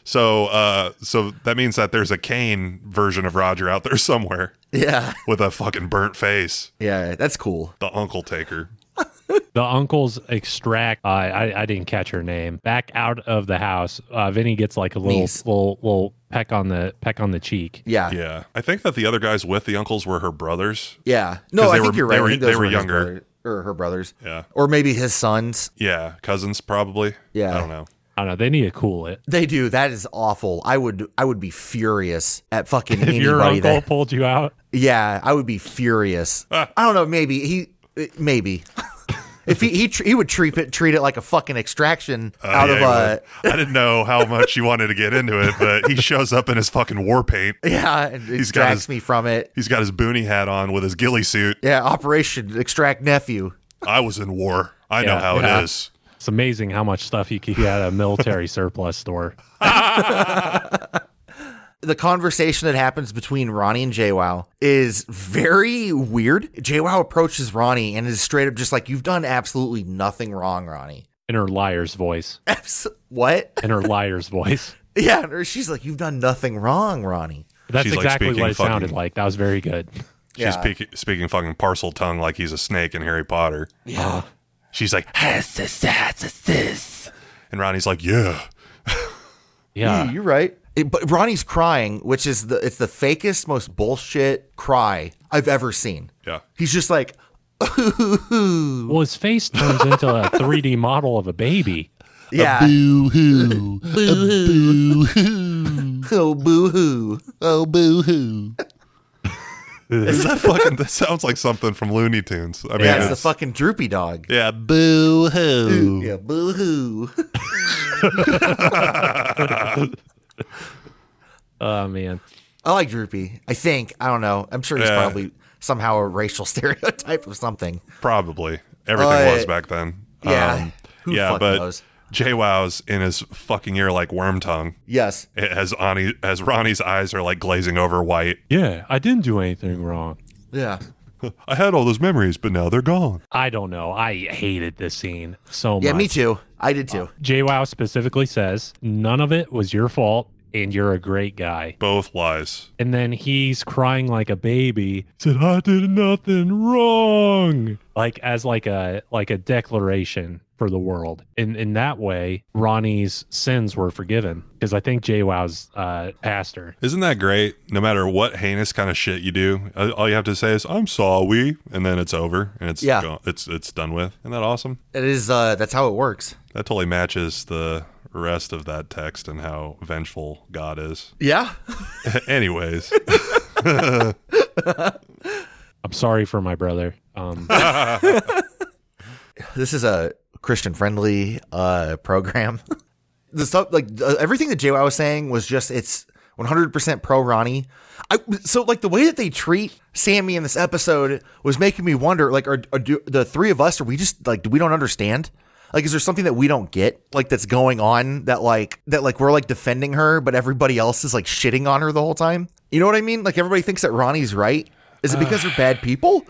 D: So, uh, so that means that there's a Kane version of Roger out there somewhere
E: Yeah.
D: with a fucking burnt face.
E: [laughs] Yeah. That's cool.
D: The Uncle Taker.
F: the uncles extract. Uh, I I didn't catch her name. Back out of the house. Uh, Vinny gets like a little
E: Niece.
F: little little peck on the peck on the cheek.
E: Yeah. Yeah.
D: Yeah, I think that the other guys with the uncles were her brothers.
E: No,
D: 'Cause
E: I
D: they
E: think
D: were-
E: you're right.
D: they
E: I
D: were-
E: think
D: they
E: those
D: were
E: his
D: younger.
E: brother- or her brothers.
D: Yeah,
E: Or maybe his sons.
D: yeah, cousins probably.
E: Yeah.
D: I don't know.
F: I don't know. They need to cool it.
E: They do. That is awful. I would I would be furious at fucking
F: If
E: anybody
F: your uncle
E: that
F: pulled you out,
E: Yeah, I would
D: [laughs]
E: be furious.
D: Ah.
E: I don't know. Maybe he, eh, maybe if he he, tr- he would treat it treat it like a fucking extraction
D: Uh,
E: out
D: yeah,
E: of
D: he
E: a
D: would. I didn't know how much you wanted to get into it, but he shows up in his fucking war paint.
E: [laughs] yeah, and
D: He's got
E: extracts
D: his-
E: me from it.
D: He's got his boonie hat on with his ghillie suit.
E: Yeah, Operation Extract Nephew.
D: I was in war. I know
F: Yeah.
D: how
F: Yeah.
D: it is.
F: it's amazing how much stuff you can get at a military surplus store.
E: The conversation that happens between Ronnie and JWoww is very weird. JWoww approaches Ronnie and is straight up just like, "You've done absolutely nothing wrong, Ronnie." [laughs]
F: In her liar's voice.
E: Abs- what? [laughs]
F: In her [laughs] liar's voice.
E: Yeah, and she's like, "You've done nothing wrong, Ronnie."
F: That's
D: She's, like,
F: exactly
D: speaking
F: what it sounded
D: fucking-
F: like. That was very [laughs] good.
D: She's
E: Yeah.
D: speak- speaking fucking parcel tongue like he's a snake in Harry Potter. Yeah. She's like, "Has this, has this, this." and Ronnie's like, yeah.
F: Yeah.
E: you're right. Eh, but Ronnie's crying, which is the it's the fakest, most bullshit cry I've ever seen.
D: Yeah.
E: He's just like,
F: Well, his face turns into [laughs] a 3D model of a baby.
E: yeah, boo hoo, boo hoo, oh boo hoo, oh boo hoo.
D: Is that fucking? That sounds like something from Looney Tunes. I mean,
E: yeah, it's the
D: it's-
E: fucking droopy dog.
D: yeah, boo hoo.
E: Yeah, boo hoo.
F: Oh man.
E: [laughs] I like droopy. I think. I don't know. I'm sure he's
D: Yeah.
E: probably somehow a racial [laughs] stereotype of something.
D: Probably everything
E: Uh,
D: was back then.
E: yeah.
D: Um,
E: [laughs] Who
D: yeah,
E: fucking
D: but
E: knows?
D: JWoww's in his fucking ear like worm tongue.
E: Yes.
D: As Ani, as Ronnie's eyes are like glazing over white.
F: Yeah, I didn't do anything wrong.
E: Yeah.
D: I had all those memories, but now they're gone.
F: I don't know. I hated this scene so much.
E: Yeah, me too. I did too.
F: JWoww specifically says, "None of it was your fault." And you're a great guy.
D: Both lies.
F: And then he's crying like a baby. Said, I did nothing wrong. Like as like a like a declaration for the world. And in that way, Ronnie's sins were forgiven. Because I think JWoww's uh pastor.
D: Isn't that great? No matter what heinous kind of shit you do, uh, all you have to say is "I'm sorry," and then it's over, and it's
E: Yeah.
D: go- it's it's done with. Isn't that awesome?
E: It is uh that's how it works.
D: That totally matches the rest of that text and how vengeful God is. [laughs]
E: Yeah.
D: Anyways,
F: I'm sorry for my brother. Um
E: This is a Christian friendly uh program. [laughs] the stuff like uh, everything that JWoww was saying was just it's 100% pro Ronnie. I so like the way that they treat Sammy in this episode was making me wonder like are, are do, the three of us are we just like do we don't understand? Like is there something that we don't get like that's going on that like that like we're like defending her but everybody else is like shitting on her the whole time? You know what I mean? Like everybody thinks that Ronnie's right. Is it because they're bad people?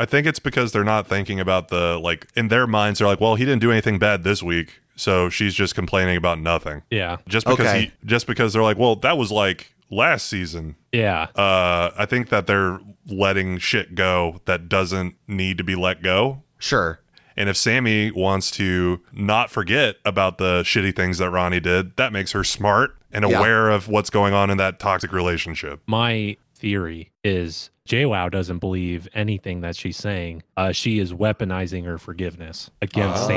D: I think it's because they're not thinking about the like in their minds. They're like, "Well, he didn't do anything bad this week, so she's just complaining about nothing."
F: yeah.
D: Just because
E: Okay.
D: he, just because they're like, "Well, that was like last season."
F: Yeah.
D: Uh, I think that they're letting shit go that doesn't need to be let go.
E: Sure.
D: And if Sammy wants to not forget about the shitty things that Ronnie did, that makes her smart and
E: Yeah.
D: aware of what's going on in that toxic relationship.
F: my theory is JWoww doesn't believe anything that she's saying. Uh, she is weaponizing her forgiveness against
E: Oh.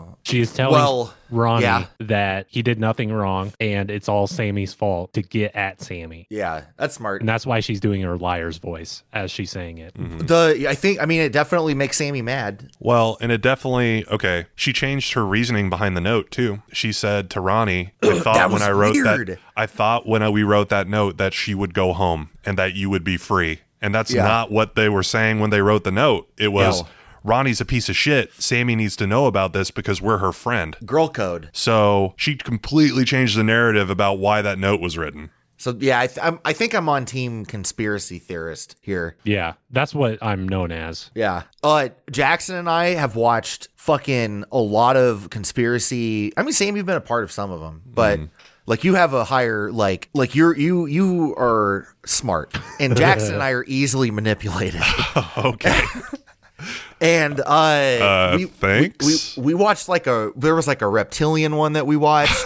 F: Sammy. She is telling
E: Well,
F: Ronnie
E: yeah.
F: that he did nothing wrong and it's all Sammy's fault to get at Sammy.
E: Yeah, that's smart.
F: And that's why she's doing her liar's voice as she's saying it.
E: The I think I mean it definitely makes Sammy mad.
D: Well, and it definitely, okay, she changed her reasoning behind the note too. She said to
E: [clears throat]
D: Ronnie, I
E: that
D: thought when
E: was
D: I wrote that,
E: weird.
D: I thought when I, we wrote that note that she would go home and that you would be free. And that's
E: Yeah.
D: not what they were saying when they wrote the note. It was,
E: No.
D: Ronnie's a piece of shit. Sammy needs to know about this because we're her friend.
E: Girl code.
D: So she completely changed the narrative about why that note was written. [laughs]
E: So yeah, I, th- I'm, I think I'm on team conspiracy theorist here.
F: Yeah, that's what I'm known as.
E: Yeah. Uh, Jackson and I have watched fucking a lot of conspiracy. I mean, Sam, you've been a part of some of them, but
D: Mm-hmm.
E: like you have a higher like like you're you you are smart,
D: [laughs]
E: and Jackson and I are easily manipulated. [laughs]
D: Okay.
E: And uh,
D: Uh,
E: we,
D: thanks?
E: We, we, we watched like a there was like a reptilian one that
D: [laughs]
E: we watched.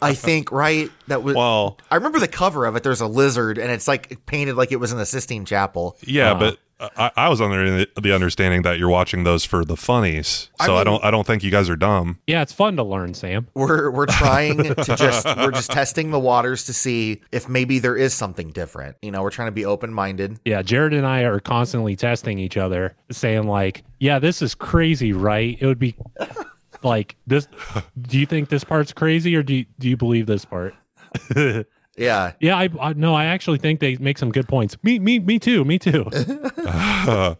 E: I think right that was
D: well,
E: I remember the cover of it. There's a lizard, and it's like painted like it was in the Sistine Chapel.
D: yeah, but I, I was under the- the understanding that you're watching those for the funnies. So I,
E: mean-
D: don't I don't think you guys are dumb.
F: Yeah, it's fun to learn, Sam.
E: We're we're trying to just we're just testing the waters to see if maybe there is something different. You know, we're trying to be open minded.
F: Yeah, Jared and I are constantly testing each other, saying like, "Yeah, this is crazy, right? It would be [laughs] like this. Do you think this part's crazy, or do you, do you believe this part?"
E: Yeah,
F: Yeah, I, I no, I actually think they make some good points. Me, me, me too.
E: [laughs]
F: Me too. [laughs] we're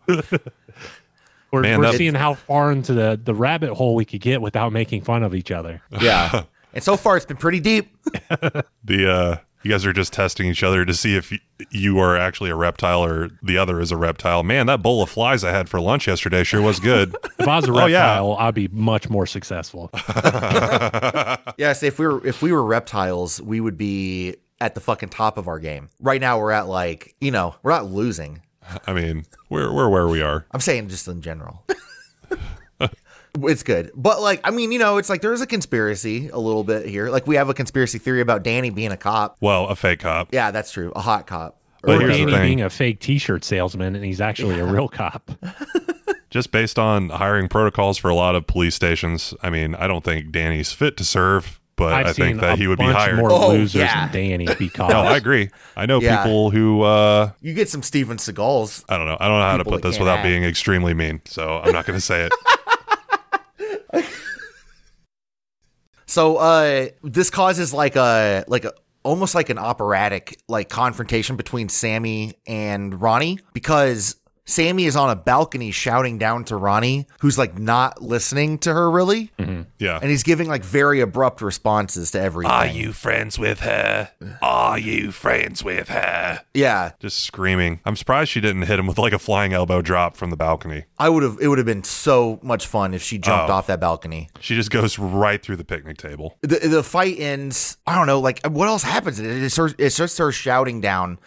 D: Man,
F: we're
D: that-
F: seeing how far into the the rabbit hole we could get without making fun of each other.
E: yeah. and so far, it's been pretty deep.
D: The uh you guys are just testing each other to see if y- you are actually a reptile or the other is a reptile. Man, that bowl of flies I had for lunch yesterday sure was good. [laughs]
F: If I was a
D: Oh, yeah.
F: reptile, I'd be much more successful.
E: Yeah, so if we were if we were reptiles, we would be at the fucking top of our game. Right now, we're at like you know we're not losing.
D: I mean, we're we're where we are.
E: I'm saying just in general. it's good. But like I mean, you know, it's like there is a conspiracy a little bit here. Like we have a conspiracy theory about Danny being a cop.
D: Well, a fake cop.
E: Yeah, that's true. A hot cop.
D: But
F: or
D: here's the
F: Danny
D: thing.
F: being a fake T-shirt salesman, and he's actually a real cop.
D: just based on hiring protocols for a lot of police stations, I mean, I don't think Danny's fit to serve but
F: I've
D: i
F: seen
D: think that
F: a
D: he would be
F: bunch
D: hired.
F: more
E: Oh,
F: losers
E: yeah.
F: than
E: [laughs]
F: Danny because [laughs]
D: No, I agree. I know
E: Yeah.
D: people who uh
E: You get some Steven Seagals.
D: I don't know. I don't know how to
E: People
D: put
E: that
D: this
E: can't
D: without
E: act.
D: being extremely mean, so I'm not going to say it.
E: So uh this causes like a like a almost like an operatic like confrontation between Sammy and Ronnie because Sammy is on a balcony shouting down to Ronnie who's like not listening to her really
F: [laughs]
D: Yeah. [laughs]
E: and he's giving like very abrupt responses to everything.
D: friends with her? Are you friends with her?
E: Yeah.
D: Just screaming. I'm surprised she didn't hit him with like a flying elbow drop from the balcony.
E: I would have it would have been so much fun if she jumped
D: Oh.
E: off that balcony.
D: She just goes right through the picnic table. [laughs]
E: the the fight ends. I don't know, like what else happens? It- It's her, it's just her shouting down,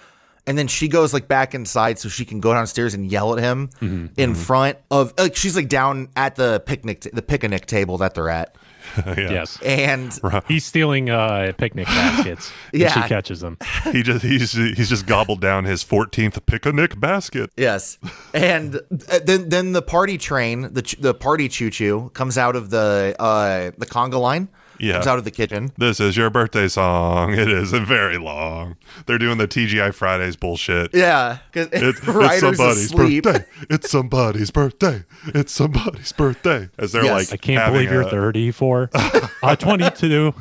E: and then she goes like back inside so she can go downstairs and yell at him
D: Mm-hmm,
E: in front of like she's like down at the picnic the picnic table that they're at,
D: yeah. [laughs]
F: yes.
E: and
F: He's stealing uh, picnic baskets. and
E: Yeah.
F: she catches them.
D: He just he's he's just gobbled down his 14th picnic basket.
E: yes, and uh, then then the party train the ch- the party choo choo comes out of the uh the conga line.
D: Yeah.
E: Comes out of the kitchen.
D: This is your birthday song. It isn't very long. They're doing the TGI Fridays [laughs] bullshit.
E: Yeah, because [laughs]
D: It's, it's
E: Ryder's
D: somebody's
E: asleep.
D: birthday. It's somebody's birthday. It's somebody's birthday. As they're
E: Yes.
D: like,
F: I can't
D: having
F: believe you're
D: a- [laughs]
F: 34. uh, 22.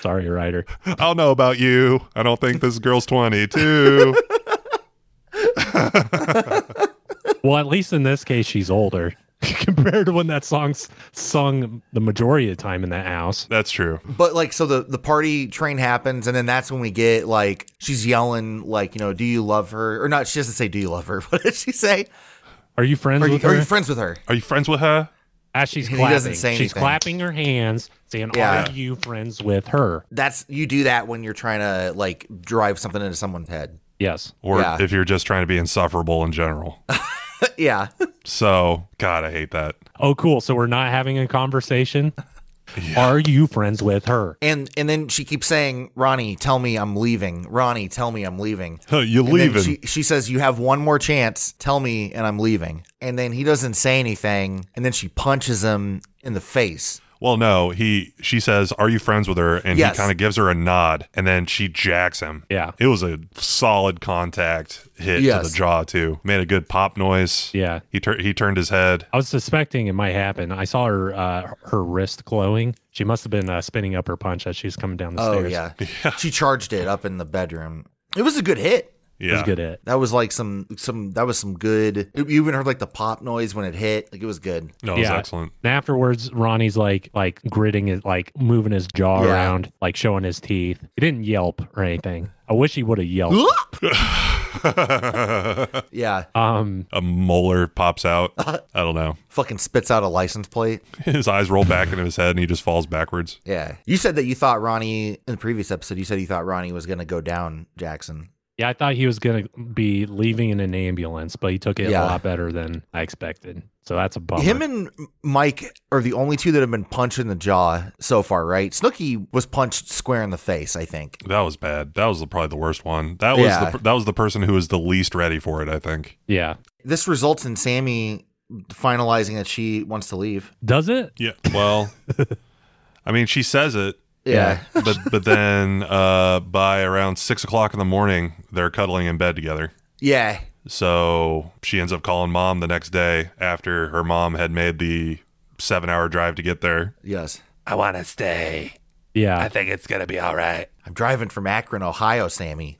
F: Sorry, Ryder.
D: I don't know about you. I don't think this girl's
F: [laughs]
D: 22.
F: Well, at least in this case, she's older [laughs] compared to when that song's sung the majority of the time in that house.
D: That's true.
E: But like, so the the party train happens, and then that's when we get like she's yelling like you know, do you love her or not? She doesn't say do you love her. [laughs] What does she say?
F: Are you friends
E: Are you,
F: with
E: are
F: her?
E: you friends with her?
D: Are you friends with her?
F: As she's
E: He
F: clapping,
E: doesn't say
F: she's
E: anything.
F: clapping her hands, saying,
E: Yeah.
F: "Are you friends with her?"
E: That's you do that when you're trying to like drive something into someone's head. [laughs]
F: Yes.
D: Or
E: Yeah.
D: if you're just trying to be insufferable in general.
E: yeah,
D: So, God, I hate that. [laughs]
F: Oh, cool. So we're not having a conversation. Are you friends with her?
E: and and then she keeps saying, Ronnie, tell me I'm leaving. Ronnie, tell me I'm leaving.
D: Huh, you
E: And then
D: leaving.
E: She, she says, You have one more chance. Tell me, and I'm leaving. And then he doesn't say anything. And then she punches him in the face.
D: well, no, he she says, "Are you friends with her?" and
E: Yes.
D: he kind of gives her a nod and then she jacks him.
F: Yeah.
D: It was a solid contact hit to
E: Yes.
D: the jaw too. Made a good pop noise.
F: Yeah.
D: He tur- he turned his head.
F: I was suspecting it might happen. I saw her uh, her wrist glowing. She must have been uh, spinning up her punch as she was coming down the
E: Oh
F: stairs. [laughs]
E: yeah. she charged it up in the bedroom. It was a good hit.
F: It
D: Yeah.
F: was good at.
E: That was like some some that was some good. You even heard like the pop noise when it hit. Like it was good.
D: No, it was
F: Yeah.
D: excellent.
F: And afterwards, Ronnie's like like gritting his like moving his jaw
E: Yeah.
F: around, like showing his teeth. He didn't yelp or anything. I wish he would have yelped.
E: Yeah,
F: um,
D: [laughs] a molar pops
E: [laughs]
D: out. I don't know.
E: fucking spits out a license plate.
D: His eyes roll back into his head and he just falls backwards.
E: Yeah, you said that you thought Ronnie in the previous episode. You said you thought Ronnie was gonna go down Jackson.
F: yeah, I thought he was gonna be leaving in an ambulance, but he took it
E: Yeah.
F: a lot better than I expected. So that's a bummer.
E: Him and Mike are the only two that have been punched in the jaw so far, right? Snooky was punched square in the face, I think.
D: That was bad. That was the, probably the worst one. That was
E: Yeah.
D: the, that was the person who was the least ready for it. I think.
F: yeah,
E: This results in Sammy finalizing that she wants to leave.
F: does it?
D: Yeah. Well, [laughs] I mean, she says it,
E: Yeah.
D: but but then [laughs] uh, by around six o'clock in the morning, they're cuddling in bed together.
E: Yeah.
D: So she ends up calling mom the next day after her mom had made the seven-hour drive to get there. [laughs]
E: Yes.
G: I want to stay.
F: Yeah,
G: I think it's going to be all right.
E: I'm driving from Akron, Ohio, [laughs] Sammy.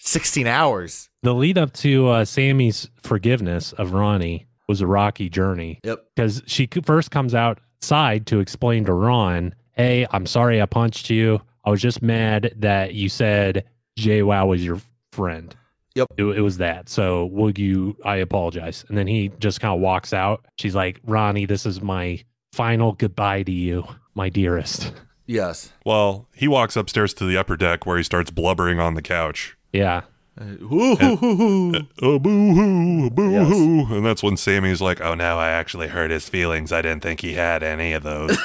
E: 16 hours.
F: the lead up to uh, Sammy's forgiveness of Ronnie was a rocky journey.
E: Yep.
F: because she c- first comes outside to explain to Ron, "Hey, I'm sorry I punched you. I was just mad that you said Jay Wow was your friend."
E: Yep.
F: it, it was that. So would you? I apologize. And then he just kind of walks out. She's like, "Ronnie, this is my final goodbye to you, my dearest."
E: Yes.
D: Well, he walks upstairs to the upper deck where he starts blubbering on the couch.
F: Yeah,
E: Uh,
D: Oh, boo hoo, boo hoo. And that's when Sammy's like, oh no, I actually hurt his feelings. I didn't think he had any of those.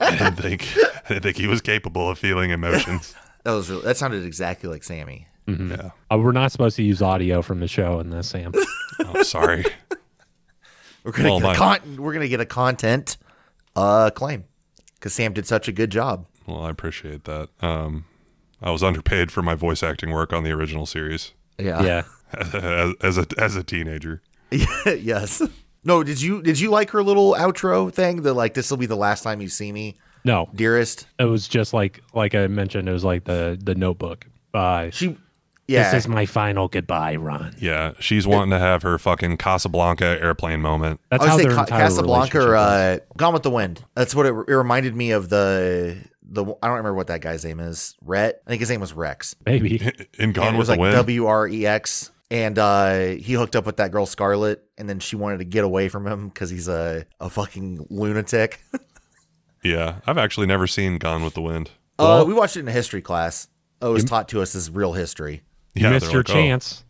D: I didn't think I didn't think he was capable of feeling
E: [laughs]
D: emotions.
E: That was really, that sounded exactly like Sammy.
F: Uh, we're not supposed to use audio from the show in this,
E: [laughs]
F: Sam.
D: I'm Oh, sorry.
E: We're gonna
D: Oh,
E: get
D: my.
E: a con- we're gonna get a content uh, Acclaim because Sam did such a good job.
D: Well, I appreciate that. Um, I was underpaid for my voice acting work on the original series [laughs]
F: Yeah.
D: as, as a as a teenager.
E: [laughs] yes. No, did you did you like her little outro thing? The like this will be the last time you see me,
F: No,
E: dearest.
F: it was just like like I mentioned. It was like the the Notebook. Bye.
E: She Yeah.
F: This is my final goodbye, Ron.
D: Yeah, she's wanting to have her fucking Casablanca airplane moment. [laughs]
F: That's
E: I
F: how
E: would
F: their
E: say Ca-
F: entire
E: Casablanca
F: relationship
E: or uh,
F: was.
E: Gone with the Wind. That's what it, it reminded me of. The the I don't remember what that guy's name is. Rhett. I think his name was Rex.
F: [laughs] maybe.
D: In Gone
E: And it
D: with
E: was
D: the
E: like
D: Wind.
E: W R E X. And uh, he hooked up with that girl Scarlet, and then she wanted to get away from him because he's a, a fucking lunatic. [laughs]
D: yeah, I've actually never seen Gone with the Wind.
E: uh, we watched it in a history class. It was taught to us as real history. [laughs]
F: You
D: Yeah,
F: missed
D: they're
F: your
D: like, oh.
F: chance.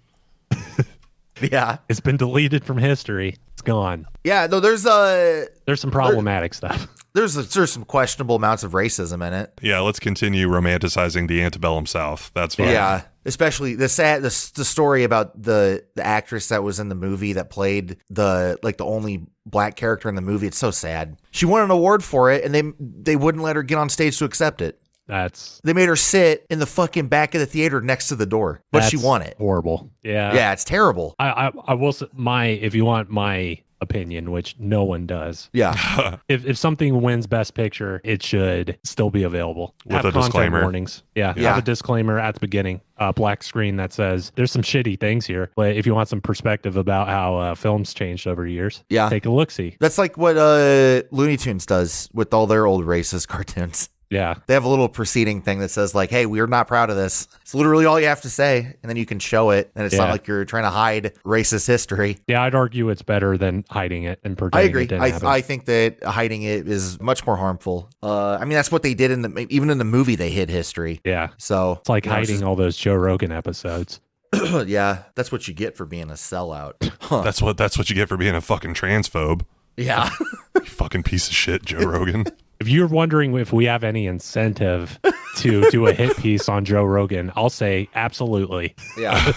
E: Yeah,
F: It's been deleted from history. It's gone.
E: yeah. No, there's uh,
F: There's some problematic stuff. [laughs]
E: there's there's some questionable amounts of racism in it.
D: Yeah, let's continue romanticizing the antebellum South. That's fine.
E: Yeah, especially the sad the, s- the story about the the actress that was in the movie that played the like the only black character in the movie. It's so sad. She won an award for it, and they they wouldn't let her get on stage to accept it.
F: That's
E: They made her sit in the fucking back of the theater next to the door, but she
F: that's
E: won it.
F: Horrible. Yeah.
E: yeah, it's terrible.
F: I, I I will say my if you want my opinion, which no one does.
E: Yeah,
F: If if something wins Best Picture, it should still be available
D: With a
F: content
D: disclaimer.
F: Warnings. Yeah,
E: Yeah.
F: Have a disclaimer at the beginning. A black screen that says there's some shitty things here, but if you want some perspective about how uh, films changed over years,
E: Yeah.
F: take a look. See.
E: that's like what uh Looney Tunes does with all their old racist [laughs] cartoons.
F: Yeah.
E: They have a little preceding thing that says like, "Hey, we're not proud of this." It's literally all you have to say, and then you can show it, and it's not
F: Yeah.
E: like you're trying to hide racist history.
F: Yeah, I'd argue it's better than hiding it and
E: I
F: pretending.
E: agree.
F: It didn't
E: I,
F: happen.
E: I think that hiding it is much more harmful. Uh, I mean, that's what they did in the even in the movie they hid history.
F: yeah.
E: So
F: It's like
E: you know,
F: hiding all those Joe Rogan episodes.
E: just- [clears throat] yeah, that's what you get for being a sellout.
F: [coughs]
E: Huh.
D: That's what that's what you get for being a fucking transphobe.
F: [laughs]
E: Yeah,
D: You fucking piece of shit, Joe Rogan. [laughs]
F: If you're wondering if we have any incentive to do
E: [laughs]
F: a hit piece on Joe Rogan, I'll say absolutely.
E: yeah.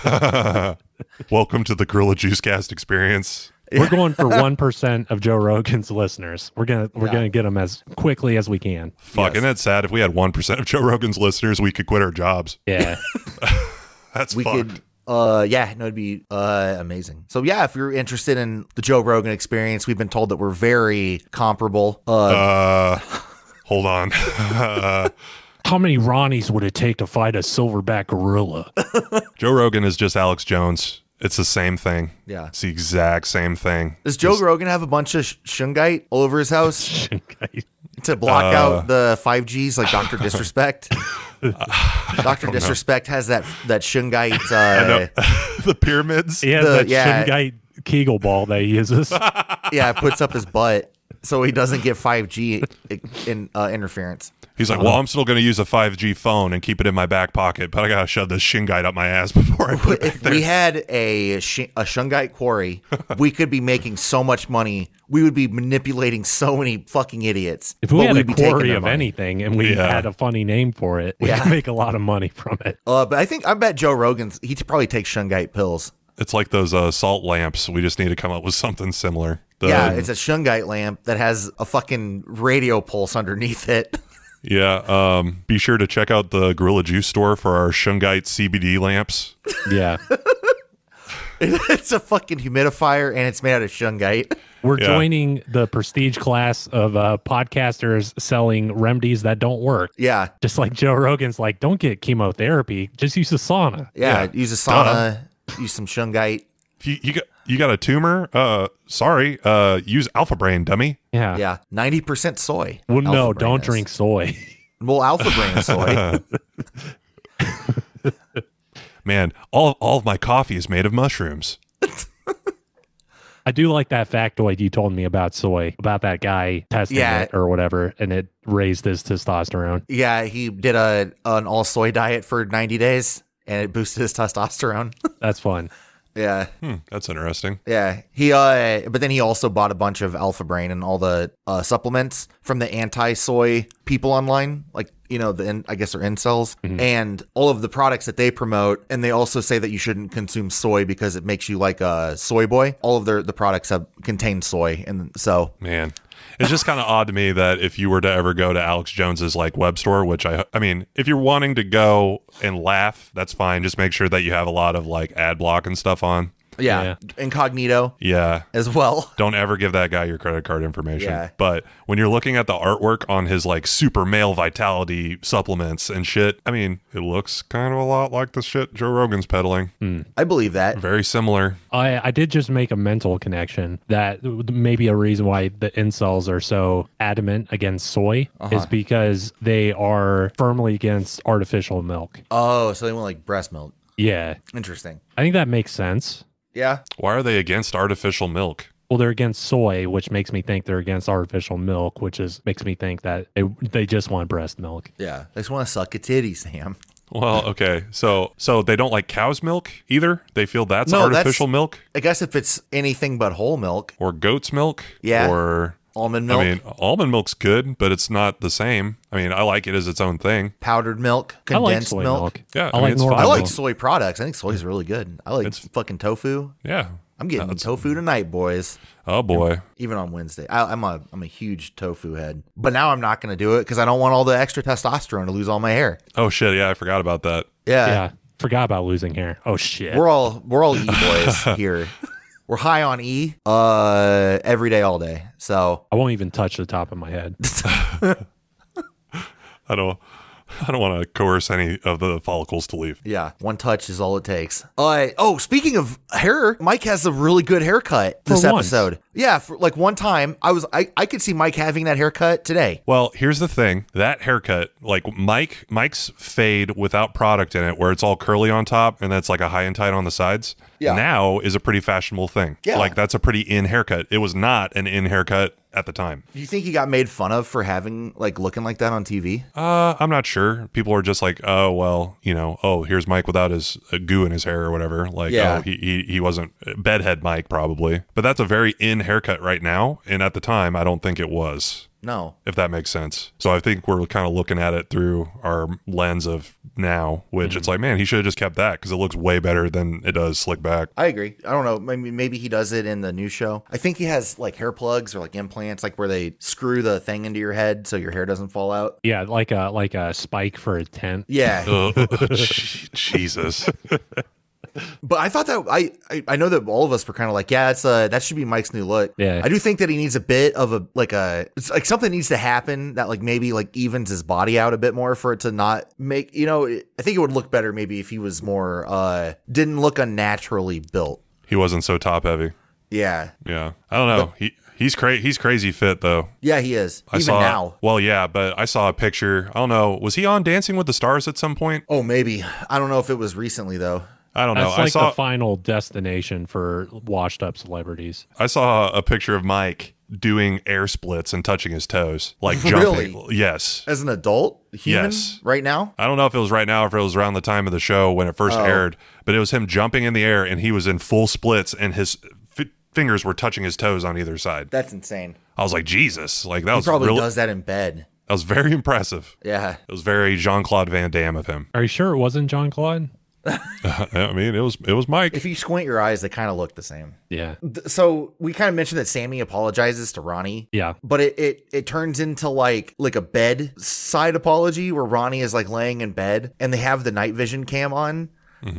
D: Welcome to the Gorilla Juice Cast experience.
F: We're
E: [laughs]
F: going for one percent of Joe Rogan's listeners. We're gonna we're
E: Yeah.
F: gonna get them as quickly as we can.
D: Fucking
E: Yes.
D: that's sad. If we had one percent of Joe Rogan's listeners, we could quit our jobs.
E: [laughs]
F: Yeah,
D: That's
E: we
D: fucked.
E: could. Uh, yeah, no, it'd be uh amazing. So yeah, if you're interested in the Joe Rogan experience, we've been told that we're very comparable. Uh,
D: Uh, hold on. [laughs] Uh,
F: how many Ronnies would it take to fight a
E: [laughs]
F: silverback gorilla?
D: Joe Rogan is just Alex Jones. It's the same thing.
E: yeah.
D: It's the exact same thing.
E: Does Joe Rogan have a bunch of sh- shungite all over his
F: [laughs]
E: house to block
D: Uh.
E: out the five Gs like
F: [laughs]
E: Doctor Disrespect? Doctor Disrespect has that that
F: [laughs]
E: shungite. Uh,
D: [laughs] the pyramids.
F: he has
E: The-
F: that
E: yeah.
F: Shungite Kegel ball that he uses.
E: uh, yeah, puts up his butt so he doesn't get five G in uh, interference.
D: He's like, well, I'm still going to use a 5G phone and keep it in my back pocket, but I got to shove this shin guide up my ass [laughs] before I put it back
E: If
D: there.
E: we had a sh- a shungite quarry, we could be making so much money. We would be manipulating so many fucking idiots.
F: If we
E: but
F: had a
E: we'd be taking
F: quarry
E: their
F: of
E: money.
F: anything and we
D: Yeah.
F: had a funny name for it, we
E: Yeah.
F: could make a lot of money from
E: [laughs]
F: it.
E: Uh, but I think I bet Joe Rogan's he probably takes shungite pills.
D: It's like those uh, salt lamps. We just need to come up with [laughs] something similar. The-
E: yeah, it's a shungite lamp that has a fucking radio pulse underneath
F: [laughs]
E: it. [laughs]
D: yeah, Um, be sure to check out the Gorilla Juice store for our Shungite CBD lamps.
F: Yeah.
E: it's a fucking humidifier and it's made out of shungite.
F: We're
D: Yeah.
F: joining the prestige class of uh, podcasters selling remedies that don't work.
E: Yeah,
F: Just like Joe Rogan's like, don't get chemotherapy, just use a sauna.
E: yeah.
D: Yeah,
E: Use a sauna. Use some shungite.
D: If you, you, got, you got a tumor? Uh, sorry. Uh, use Alpha Brain, dummy. [laughs]
F: Yeah.
E: Yeah, ninety percent soy.
F: Well,
E: Alpha
F: no,
E: brain
F: don't
E: is.
F: drink soy. [laughs]
E: Well, alpha brain is soy.
D: Man, all, all of my coffee is made of mushrooms.
F: I do like that factoid you told me about soy, about that guy testing
E: Yeah.
F: it or whatever, and it raised his testosterone.
E: yeah, he did a an all soy diet for ninety days and it boosted his testosterone. [laughs]
F: That's fun.
E: yeah,
D: Hmm, that's interesting.
E: yeah. He uh, but then he also bought a bunch of alpha brain and all the uh, supplements from the anti soy people online, like you know, the in, I guess they're incels and all of the products that they promote. And they also say that you shouldn't consume soy because it makes you like a soy boy. All of their the products have contain soy, and so
D: Man, it's just kind of odd to me that if you were to ever go to Alex Jones's like web store, which I I mean, if you're wanting to go and laugh, that's fine. Just make sure that you have a lot of like ad block and stuff on.
E: yeah, incognito
D: Yeah.
E: as well. [laughs]
D: Don't ever give that guy your credit card information.
E: Yeah.
D: But when you're looking at the artwork on his like super male vitality supplements and shit, I mean, it looks kind of a lot like the shit Joe Rogan's peddling.
E: I believe that.
D: Very similar.
F: I, I did just make a mental connection that maybe a reason why the incels are so adamant against soy
E: Uh-huh.
F: is because they are firmly against artificial milk.
E: Oh, so they want like breast milk.
F: Yeah,
E: Interesting.
F: I think that makes sense.
E: Yeah.
D: Why are they against artificial milk?
F: Well, they're against soy, which makes me think they're against artificial milk, which is makes me think that they they just want breast milk.
E: Yeah. They just want to suck a titty, Sam.
D: Well, okay. So so they don't like cow's milk either. They feel that's
E: No, that's-
D: artificial milk
E: I guess if it's anything but whole milk,
D: or goat's milk.
E: Yeah.
D: Or
E: almond milk,
D: I mean, almond milk's good, but it's not the same. I mean, I like it as its own thing.
E: powdered milk,
F: I like
E: condensed
F: soy
E: milk.
F: milk.
D: Yeah,
F: I,
D: I mean,
F: like
D: it's
F: normal.
D: fine.
E: I like
F: milk.
E: soy products. I think soy is really good. I like fucking tofu.
D: Yeah.
E: I'm getting tofu tonight, boys.
D: Oh boy.
E: Even on Wednesday, I, I'm a I'm a huge tofu head. But now I'm not going to do it because I don't want all the extra testosterone to lose all my hair.
D: Oh shit. Yeah, I forgot about that.
E: Yeah,
F: Yeah, forgot about losing hair. Oh shit.
E: we're all we're all E
F: [laughs]
E: boys here. We're high on E uh, every day, all day. So
F: I won't even touch the top of my head. [laughs]
D: I don't. [laughs] I don't want to coerce any of the follicles to leave.
E: Yeah, one touch is all it takes. Uh, oh, speaking of hair, Mike has a really good haircut this
F: For once.
E: episode. Yeah, for like one time, I was I, I could see Mike having that haircut today.
D: Well, here's the thing: that haircut, like Mike, Mike's fade without product in it, where it's all curly on top and that's like a high and tight on the sides.
E: Yeah.
D: Now is a pretty fashionable thing.
E: Yeah.
D: Like that's a pretty in haircut. It was not an in haircut at the time.
E: Do you think he got made fun of for having like looking like that on TV?
D: Uh, I'm not sure. People are just like, oh well, you know, oh here's Mike without his uh, goo in his hair or whatever. Like,
E: Yeah.
D: oh he, he he wasn't uh, bedhead Mike probably, but that's a very in haircut right now. And at the time, I don't think it was,
E: No.
D: if that makes sense. So I think we're kind of looking at it through our lens of now, which
E: Mm-hmm.
D: it's like, man, he should have just kept that because it looks way better than it does slick back.
E: I agree. I don't know. Maybe maybe he does it in the new show. I think he has like hair plugs or like implants, like where they screw the thing into your head so your hair doesn't fall out.
F: Yeah, like a like a spike for a tent.
E: Yeah,
D: [laughs]
E: [laughs]
D: Ugh. Je- Jesus.
E: But I thought that I I, I know that all of us were kind of like, yeah, it's uh that should be Mike's new look.
F: Yeah.
E: I do think that he needs a bit of a like a it's like something needs to happen that like maybe like evens his body out a bit more for it to not make you know it- I think it would look better maybe if he was more uh didn't look unnaturally built.
D: He wasn't so top heavy.
E: Yeah,
D: Yeah. I don't know. He he's cra- he's crazy fit though.
E: yeah, he is
D: I
E: even
D: saw,
E: now.
D: Well, yeah, but I saw a picture. I don't know. Was he on Dancing with the Stars at some point?
E: Oh, maybe I don't know if it was recently though.
D: I don't know.
F: That's
D: I
F: like
D: saw
F: the final destination for washed up celebrities.
D: I saw a picture of Mike doing air splits and touching his toes,
E: [laughs]
D: like jumping.
E: Really?
D: Yes.
E: As an adult, human,
D: Yes.
E: right now.
D: I don't know if it was right now or if it was around the time of the show when it
E: Oh.
D: first aired, but it was him jumping in the air and he was in full splits and his f- fingers were touching his toes on either side.
E: That's insane.
D: I was like, Jesus, like that
E: He
D: was
E: probably
D: really,
E: does that in bed.
D: that was very impressive.
E: Yeah.
D: It was very Jean Claude Van Damme of him. [laughs]
F: Are you sure it wasn't John Claude?
D: I mean, it was it was Mike.
E: If you squint your eyes, they kind of look the same.
F: Yeah.
E: Th- so we kind of mentioned that Sammy apologizes to Ronnie.
F: Yeah.
E: But it, it it turns into like like a bedside apology where Ronnie is like laying in bed and they have the night vision cam on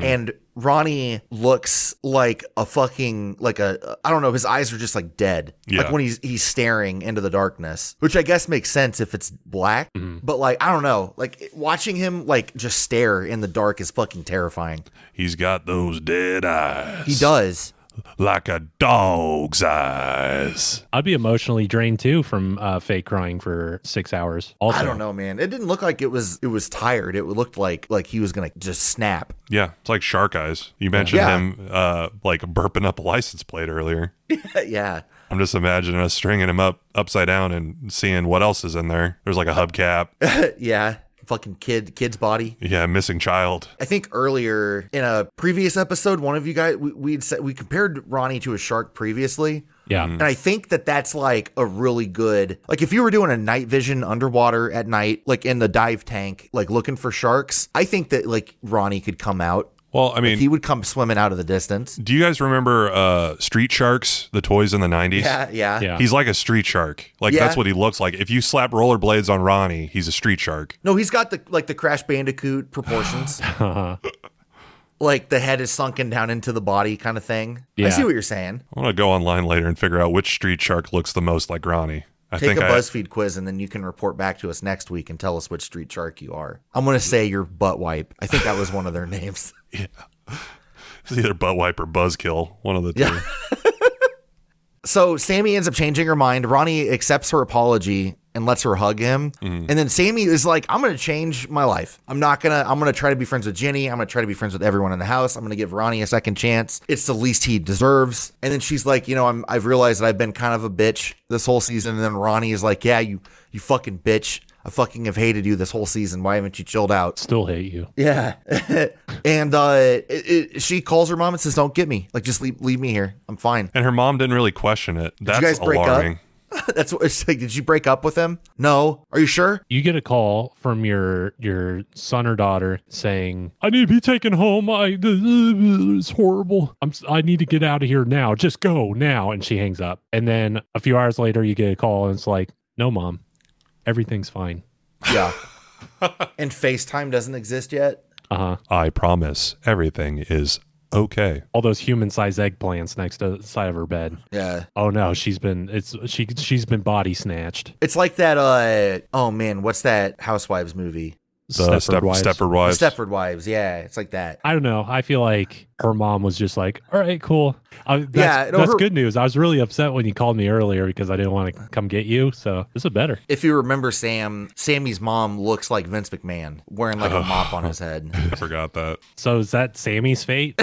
E: and Ronnie looks like a fucking like a I don't know his eyes are just like dead
D: Yeah.
E: like when he's he's staring into the darkness which I guess makes sense if it's black but like I don't know like it- watching him like just stare in the dark is fucking terrifying
D: He's got those dead eyes.
E: he does
D: Like a dog's eyes.
F: I'd be emotionally drained too from uh, fake crying for six hours. Also,
E: I don't know, man. It didn't look like it was it was tired. It looked like like he was gonna just snap. [laughs]
D: Yeah, it's like shark eyes. You mentioned
E: Yeah.
D: him uh like burping up a license plate earlier.
E: yeah.
D: I'm just imagining us stringing him up upside down and seeing what else is in there. There's like a
E: [laughs]
D: hubcap.
E: yeah. Fucking kid kid's body.
D: Yeah, missing child.
E: I think earlier in a previous episode, one of you guys we, we'd said we compared Ronnie to a shark previously.
F: Yeah.
D: Hmm.
E: And I think that that's like a really good, like if you were doing a night vision underwater at night, like in the dive tank, like looking for sharks, I think that like Ronnie could come out.
D: Well, I mean,
E: He would come swimming out of
D: [laughs]
E: the distance.
D: do you guys remember uh, Street Sharks, the toys in the 90s?
E: Yeah, yeah.
F: Yeah.
D: He's like a street shark. Like
E: Yeah.
D: that's what he looks like. If you slap rollerblades on Ronnie, he's a street shark.
E: No, he's got the like the Crash Bandicoot proportions.
F: yeah.
E: like the head is sunken down into the body kind of thing. I
F: Yeah.
E: see what you're saying.
D: I'm gonna go online later and figure out which street shark looks the most like Ronnie. I
E: Take
D: think
E: a
D: I-
E: BuzzFeed quiz and then you can report back to us next week and tell us which street shark you are. I'm going to say your butt wipe. I think that was one of their [laughs] names.
D: it's [laughs] either butt wipe or buzzkill, one of the two.
E: Yeah. So Sammy ends up changing her mind. Ronnie accepts her apology and lets her hug him. And then Sammy is like, I'm going to change my life. I'm not going to, I'm going to try to be friends with Jenny. I'm going to try to be friends with everyone in the house. I'm going to give Ronnie a second chance. It's the least he deserves. And then she's like, you know, I'm, I've realized that I've been kind of a bitch this whole season. And then Ronnie is like, yeah, you, you fucking bitch. I fucking have hated you this whole season. Why haven't you chilled out?
F: Still hate you.
E: Yeah. [laughs] and uh, it, it, she calls her mom and says, "Don't get me. Like, just leave, leave me here. I'm fine."
D: And her mom didn't really question it. That's
E: guys break up?
D: alarming.
E: [laughs] That's what it's like. Did you break up with him? No. Are you sure?
F: You get a call from your your son or daughter saying, "I need to be taken home. I it's horrible. I'm s- I need to get out of here now. Just go now." And she hangs up. And then a few hours later, you get a call and it's like, "No, mom, everything's fine."
E: Yeah. and FaceTime doesn't exist yet.
F: Uh huh.
D: I promise everything is okay.
F: All those human-sized eggplants next to the side of her bed.
E: Yeah.
F: Oh no, she's been it's she she's been body snatched.
E: It's like that. Uh. Oh man, what's that Housewives movie?
D: The
F: Stepford
D: step,
F: wives.
D: Stepford
E: The
D: wives.
E: Stepford Wives. Yeah, it's like that.
F: I don't know. I feel like her mom was just like, "All right, cool." I, that's,
E: Yeah, no,
F: that's
E: her-
F: good news. I was really upset when you called me earlier because I didn't want to come get you. So this is better.
E: If you remember, Sam, Sammy's mom looks like Vince McMahon, wearing like a mop on his head.
D: [laughs] I forgot that.
F: So is that
E: [laughs]
F: Sammy's fate?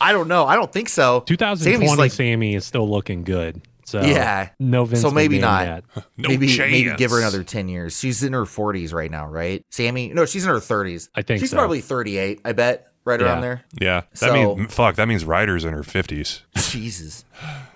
E: I don't know. I don't think so.
F: 2020
E: Sammy's like-
F: Sammy is still looking good. So
E: Yeah.
F: no Vince.
E: So maybe
F: McMahon
E: not.
F: yet.
D: No
E: maybe
D: chance.
E: maybe give her another 10 years she's in her 40s right now right sammy no she's in her 30s
F: I think
E: she's
F: so.
E: probably 38 i bet right around
F: Yeah.
E: there
D: Yeah. That
E: So-
D: means fuck. That means Ryder's in her fifties.
E: jesus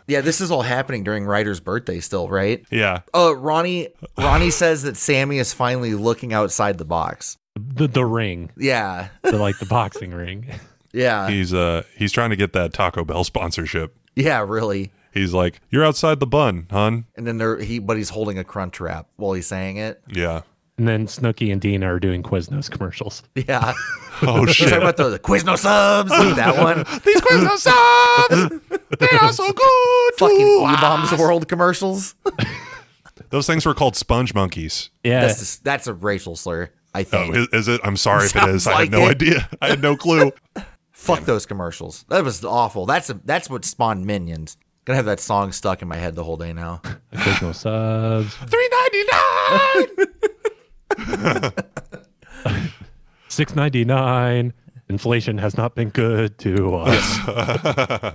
E: yeah this is all happening during ryder's birthday still right
D: Yeah.
E: uh ronnie
D: [sighs]
E: ronnie says that sammy is finally looking outside the box
F: The the ring,
E: yeah
F: the, like the boxing
E: [laughs]
F: ring.
E: yeah
D: He's uh he's trying to get that Taco Bell [laughs] sponsorship.
E: yeah really
D: He's like, You're outside the bun, hun.
E: and then there he but he's holding a crunch wrap while he's saying it
D: [laughs]
E: [laughs]
D: Yeah.
F: And then Snooky and Dina are doing Quiznos commercials.
D: [laughs]
E: yeah
D: Oh
E: We're
D: shit.
E: talking about the, the Quizno subs
D: [laughs]
E: that one
D: These Quiznos subs! They are so good!
E: fucking
D: to
E: e-bombs
D: us.
E: world commercials
D: [laughs] Those things were called sponge monkeys.
F: Yeah,
E: that's just, that's a racial slur i think
D: Oh, is, is it? I'm sorry if it is.
E: Sounds
D: I
E: like
D: had no
E: it.
D: idea. [laughs] I had no clue.
E: Fuck those commercials. That was awful. That's a, that's what spawned Minions. Gonna have that song stuck in my head the whole day now.
F: Quiznos
D: [laughs]
F: subs.
D: Three ninety nine.
F: Six ninety nine. Inflation has not been good to us.
D: [laughs]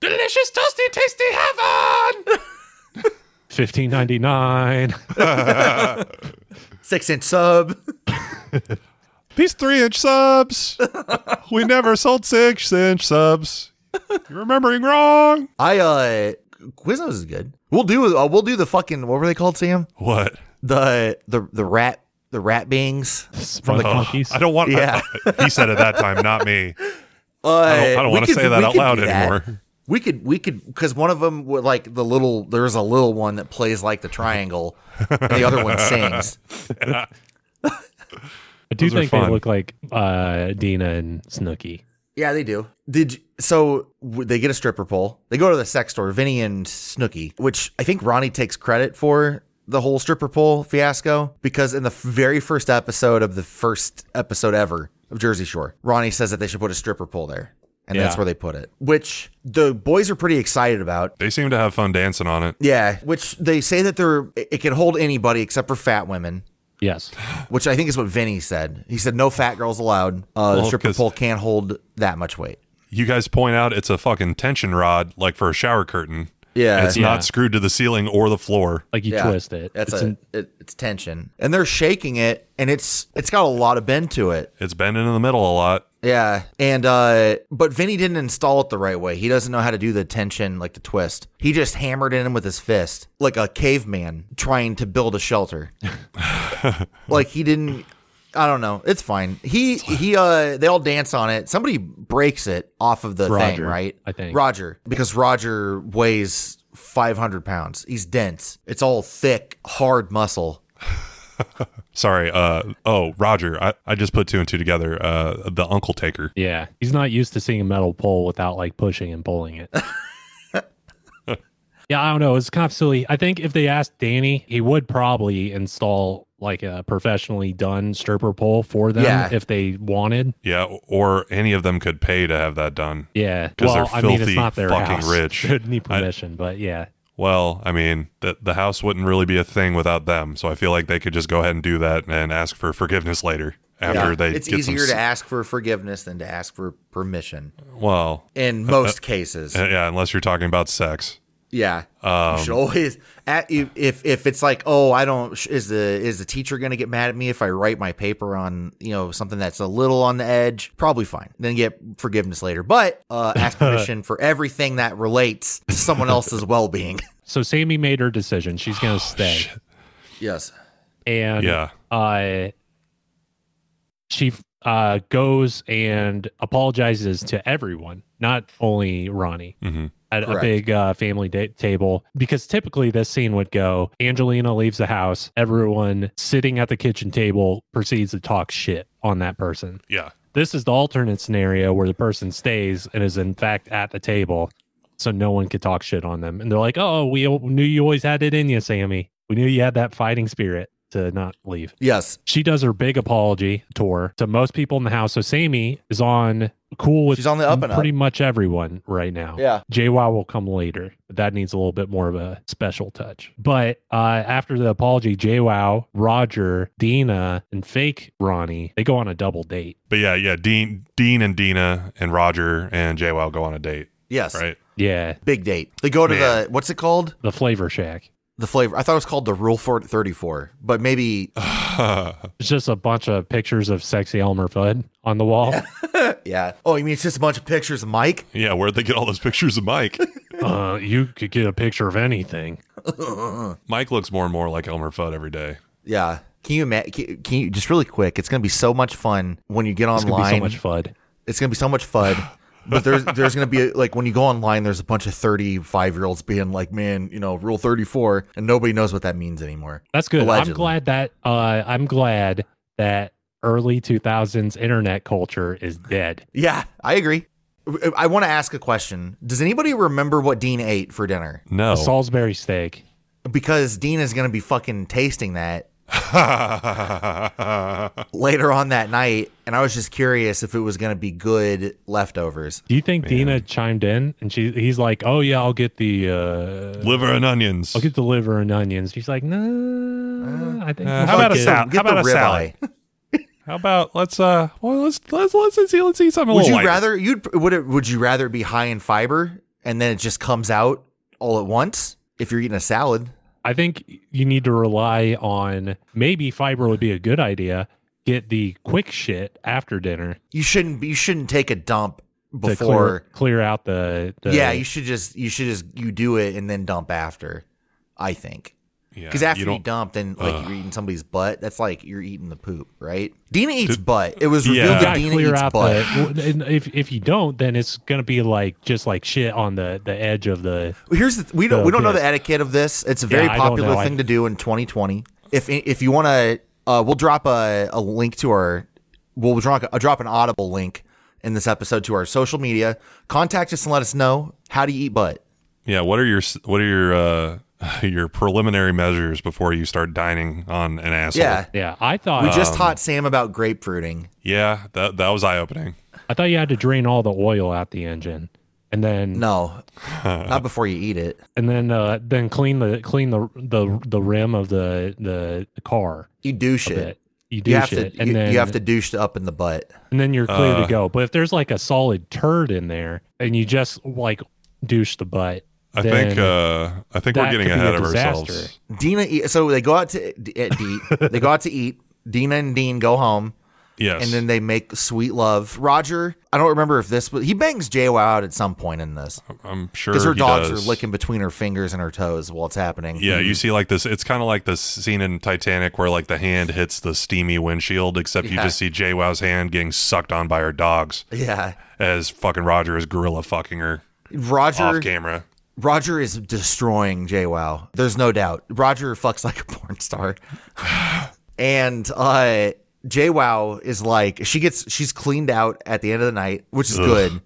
D: Delicious, toasty, tasty heaven.
F: Fifteen
D: [laughs]
F: ninety nine.
E: Six inch sub.
D: These three inch subs. we never sold six inch subs. You're remembering wrong.
E: I uh, Quiznos is good. We'll do uh, we'll do the fucking what were they called, Sam?
D: What?
E: The the the rat the rat bings.
F: Sponge
D: Oh,
F: monkeys.
D: I don't want.
E: Yeah.
D: I- he said it that time, not me.
E: Uh,
D: I don't, I don't
E: we
D: want to
E: could-
D: say that
E: we
D: out
E: could
D: loud
E: do that.
D: [laughs] anymore.
E: We could we could because one of them would like the little there's a little one that plays like the triangle, and the other one sings.
F: I do
D: Those are
F: think they
D: fun.
F: look like uh, Dina and Snooky.
E: Yeah, they do. Did you- so w- they get a stripper pole. They go to the sex store, Vinny and Snooky, which I think Ronnie takes credit for the whole stripper pole fiasco because in the f- very first episode of the first episode ever of Jersey Shore, Ronnie says that they should put a stripper pole there. And that's
F: Yeah.
E: where they put it, which the boys are pretty excited about.
D: They seem to have fun dancing on it.
E: Yeah, which they say that they're it it can hold anybody except for fat women,
F: Yes.
E: which I think is what Vinny said. He said no fat girls allowed. Uh, the
D: Well,
E: stripper
D: 'cause-
E: pole can't hold that much weight.
D: You guys point out it's a fucking tension rod, like for a shower curtain.
E: Yeah.
D: And it's
F: Yeah.
D: not screwed to the ceiling or the floor.
F: Like you
E: Yeah.
F: twist it.
E: That's
F: it's
E: a,
F: an-
E: it, it's tension, and they're shaking it, and it's it's got a lot of bend to it.
D: It's bending in the middle a lot.
E: Yeah, and uh, but Vinny didn't install it the right way. He doesn't know how to do the tension, like the twist. He just hammered in him with his fist, like a caveman trying to build a shelter. like he didn't. I don't know. It's fine. He he. Uh, they all dance on it. Somebody breaks it off of the thing,
F: Roger,
E: right?
F: I think.
E: Roger, because Roger weighs five hundred pounds. He's dense. It's all thick, hard muscle.
D: Sorry. Uh, oh, Roger. I, I just put two and two together. Uh, the Uncle Taker.
F: yeah. He's not used to seeing a metal pole without like pushing and
D: [laughs]
F: pulling it. yeah, I don't know. It's kind of silly. I think if they asked Danny, he would probably install like a professionally done stripper pole for them
E: Yeah.
F: if they wanted.
D: Yeah. Or any of them could pay to have that done.
F: Yeah.
D: 'Cause they're
F: well, I mean, it's
D: filthy
F: not their
D: fucking
F: house. [laughs]
D: rich.
F: They'd need permission, but yeah.
D: Well, I mean, the, the house wouldn't really be a thing without them. So I feel like they could just go ahead and do that and ask for forgiveness later after
E: Yeah.
D: they
E: it's
D: get
E: easier
D: some.
E: to ask for forgiveness than to ask for permission
D: well,
E: in most cases.
D: uh, um, yeah, unless you're talking about sex.
E: Yeah, you should always at, if if it's like, oh, I don't sh- is the is the teacher going to get mad at me if I write my paper on you know something that's a little on the edge? Probably fine. Then get forgiveness later, but uh,
D: [laughs]
E: ask permission for everything that relates to someone else's well being.
F: So Sammy made her decision. She's going to stay.
E: Yes.
F: and
D: Oh, Yeah.
F: uh she uh goes and apologizes to everyone not only ronnie
D: Mhm.
F: at a
E: Correct.
F: big uh, family da- table because typically this scene would go angelina leaves the house everyone sitting at the kitchen table proceeds to talk shit on that person
D: Yeah.
F: this is the alternate scenario where the person stays and is in fact at the table so no one could talk shit on them and they're like oh we al- knew you always had it in you sammy we knew you had that fighting spirit to not leave
E: Yes.
F: she does her big apology tour to most people in the house so sammy is on cool with
E: She's on the up and up.
F: pretty much everyone right now
E: Yeah.
F: JWoww will come later, but that needs a little bit more of a special touch. But uh, after the apology, JWoww, Roger, Dina, and fake Ronnie, they go on a double date.
D: But yeah, yeah, Dean, Dean and Dina and Roger and JWoww go on a date,
E: Yes.
D: right? [laughs]
F: Yeah,
E: Big date. They go to
D: Man.
E: the what's it called?
F: the Flavor Shack.
E: The flavor. I thought it was called the Rule for Thirty Four, but maybe
F: It's just a bunch of pictures of sexy Elmer Fudd on the wall.
E: yeah. Oh, you mean it's just a bunch of pictures, of Mike?
D: yeah, where'd they get all those pictures of
F: [laughs]
D: Mike?
F: [laughs] uh, you could get a picture of anything.
D: Mike looks more and more like Elmer Fudd every day.
E: Yeah. Can you imagine? Can, can you just really quick? It's gonna be so much fun when you get
F: It's gonna be
E: online.
F: so much Fudd.
E: It's gonna be so much
F: [laughs]
E: fun. but there's there's gonna be like when you go online, there's a bunch of 35 year olds being like, man, you know, rule 34, and nobody knows what that means anymore.
F: That's good.
E: Allegedly.
F: I'm glad that uh, I'm glad that early 2000s internet culture is dead.
E: Yeah, I agree. I- I want to ask a question. Does anybody remember what Dean ate for dinner?
D: No.
F: A Salisbury steak.
E: Because Dean is gonna be fucking tasting that later on that night, and I was just curious if it was gonna be good leftovers.
F: Do you think Dina chimed in and she he's like, "Oh yeah, I'll get the uh,
D: [laughs] Liver and onions.
F: I'll get the liver and onions." She's like, "No, I think
D: Uh,
F: we'll
D: how about
F: fuck
D: a
F: it."
D: salad? How
E: Get
D: about
E: the
D: a salad?
E: ribeye.
D: How about let's uh well let's let's let's, let's see let's see something. a
E: Would
F: Oh,
D: little
E: you
D: lighter.
E: rather you'd would it would you rather it be high in fiber and then it just comes out all at once if you're eating a salad?
F: I think you need to rely on maybe fiber would be a good idea. Get the quick shit after dinner
E: You shouldn't you shouldn't take a dump
F: to
E: before.
F: clear, clear out the, the
E: yeah, you should just you should just you do it and then dump after. I think
D: Yeah,
E: because after you, dump, then like you're eating somebody's butt. That's like you're eating the poop, right? Dina eats butt. It was revealed
D: Yeah.
F: You
E: that
F: gotta
E: Dina
F: clear
E: eats
F: out
E: butt.
F: the. And if if you don't, then it's gonna be like just like shit on the the edge of the.
E: Here's the th- we don't
F: the
E: we don't know the
F: bit.
E: etiquette of this. It's a very
F: I don't
E: popular
F: know. I-
E: thing to do in 2020. If if you want to, uh, we'll drop a, a link to our we'll drop a, drop an audible link in this episode to our social media. Contact us and let us know how do you eat butt.
D: Yeah, what are your s- what are your uh [laughs] your preliminary measures before you start dining on an asshole?
E: Yeah,
F: Yeah, I thought
E: we just taught Sam about grapefruiting.
D: Yeah, that that was eye opening.
F: I thought you had to drain all the oil out the engine, and then [laughs]
E: No, not before you eat it.
F: and then uh, then clean the clean the the the rim of the the car.
E: You douche
F: a
E: it.
F: bit. You do
E: You have
F: shit,
E: to
F: and
E: you,
F: then
E: you have to douche it up in the butt.
F: and then you're clear
D: Uh.
F: to go. But if there's like a solid turd in there, and you just like douche the butt,
D: I think
F: then
D: uh, I think we're
F: that
D: getting
F: could be a
D: ahead of
F: disaster.
D: ourselves.
E: Dina, e- so they go out to d- at
F: [laughs]
E: eat. they go out to eat. Dina and Dean go home,
D: Yes.
E: and then they make sweet love. Roger, I don't remember if this was he bangs JWoww out at some point in this
D: I'm sure
E: because her
D: he
E: dogs
D: does.
E: are licking between her fingers and her toes while it's happening.
D: Yeah, you see like this. It's kind of like the scene in Titanic where like the hand hits the steamy windshield, except you
E: Yeah.
D: just see JWoww's hand getting sucked on by her dogs
E: Mm-hmm. yeah.
D: as fucking Roger is gorilla fucking her
E: Roger,
D: off camera.
E: Roger is destroying JWoww. There's no doubt. Roger fucks like a porn star. and uh JWoww is like she gets she's cleaned out at the end of the night, which is
D: Ugh.
E: good.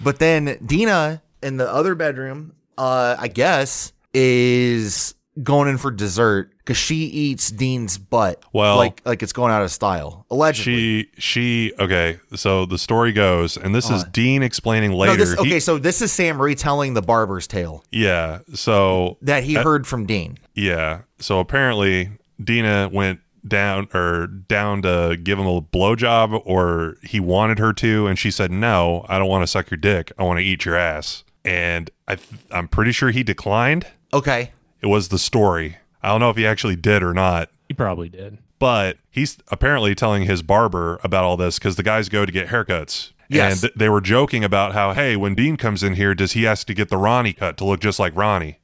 E: But then Dina in the other bedroom, uh I guess is going in for dessert cuz she eats Dean's butt.
D: Well-
E: like like it's going out of style. Allegedly.
D: She she okay. So the story goes, and this is Dean explaining later.
E: Uh-huh. no, this, okay,
D: He-
E: so this is Sam retelling the barber's tale
D: yeah. So
E: that he heard from Dean.
D: Yeah. So apparently Dina went down or down to give him a blowjob or he wanted her to and she said no, I don't want to suck your dick. I want to eat your ass. And I th- I'm pretty sure he declined.
E: Okay.
D: It was the story. I don't know if he actually did or not,
F: He probably did.
D: but he's apparently telling his barber about all this because the guys go to get haircuts.
E: Yes.
D: And th- they were joking about how, hey, when Dean comes in here, does he ask to get the Ronnie cut to look just like Ronnie?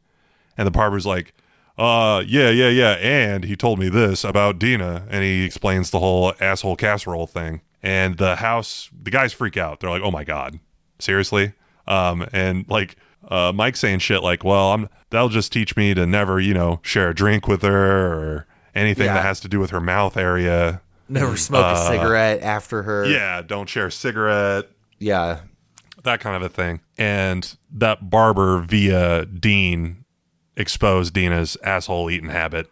D: And the barber's like, uh, yeah, yeah, yeah. And he told me this about Dina. And he explains the whole asshole casserole thing. And the house, the guys freak out. They're like, oh my God, seriously? Um, and like, uh, Mike saying shit like, well, I'm, that'll just teach me to never, you know, share a drink with her or anything
E: Yeah.
D: that has to do with her mouth area.
E: Never smoke a cigarette after her.
D: Mm, uh, Yeah, don't share a cigarette,
E: Yeah.
D: that kind of a thing. And that barber via Dean exposed Dina's asshole eating habit,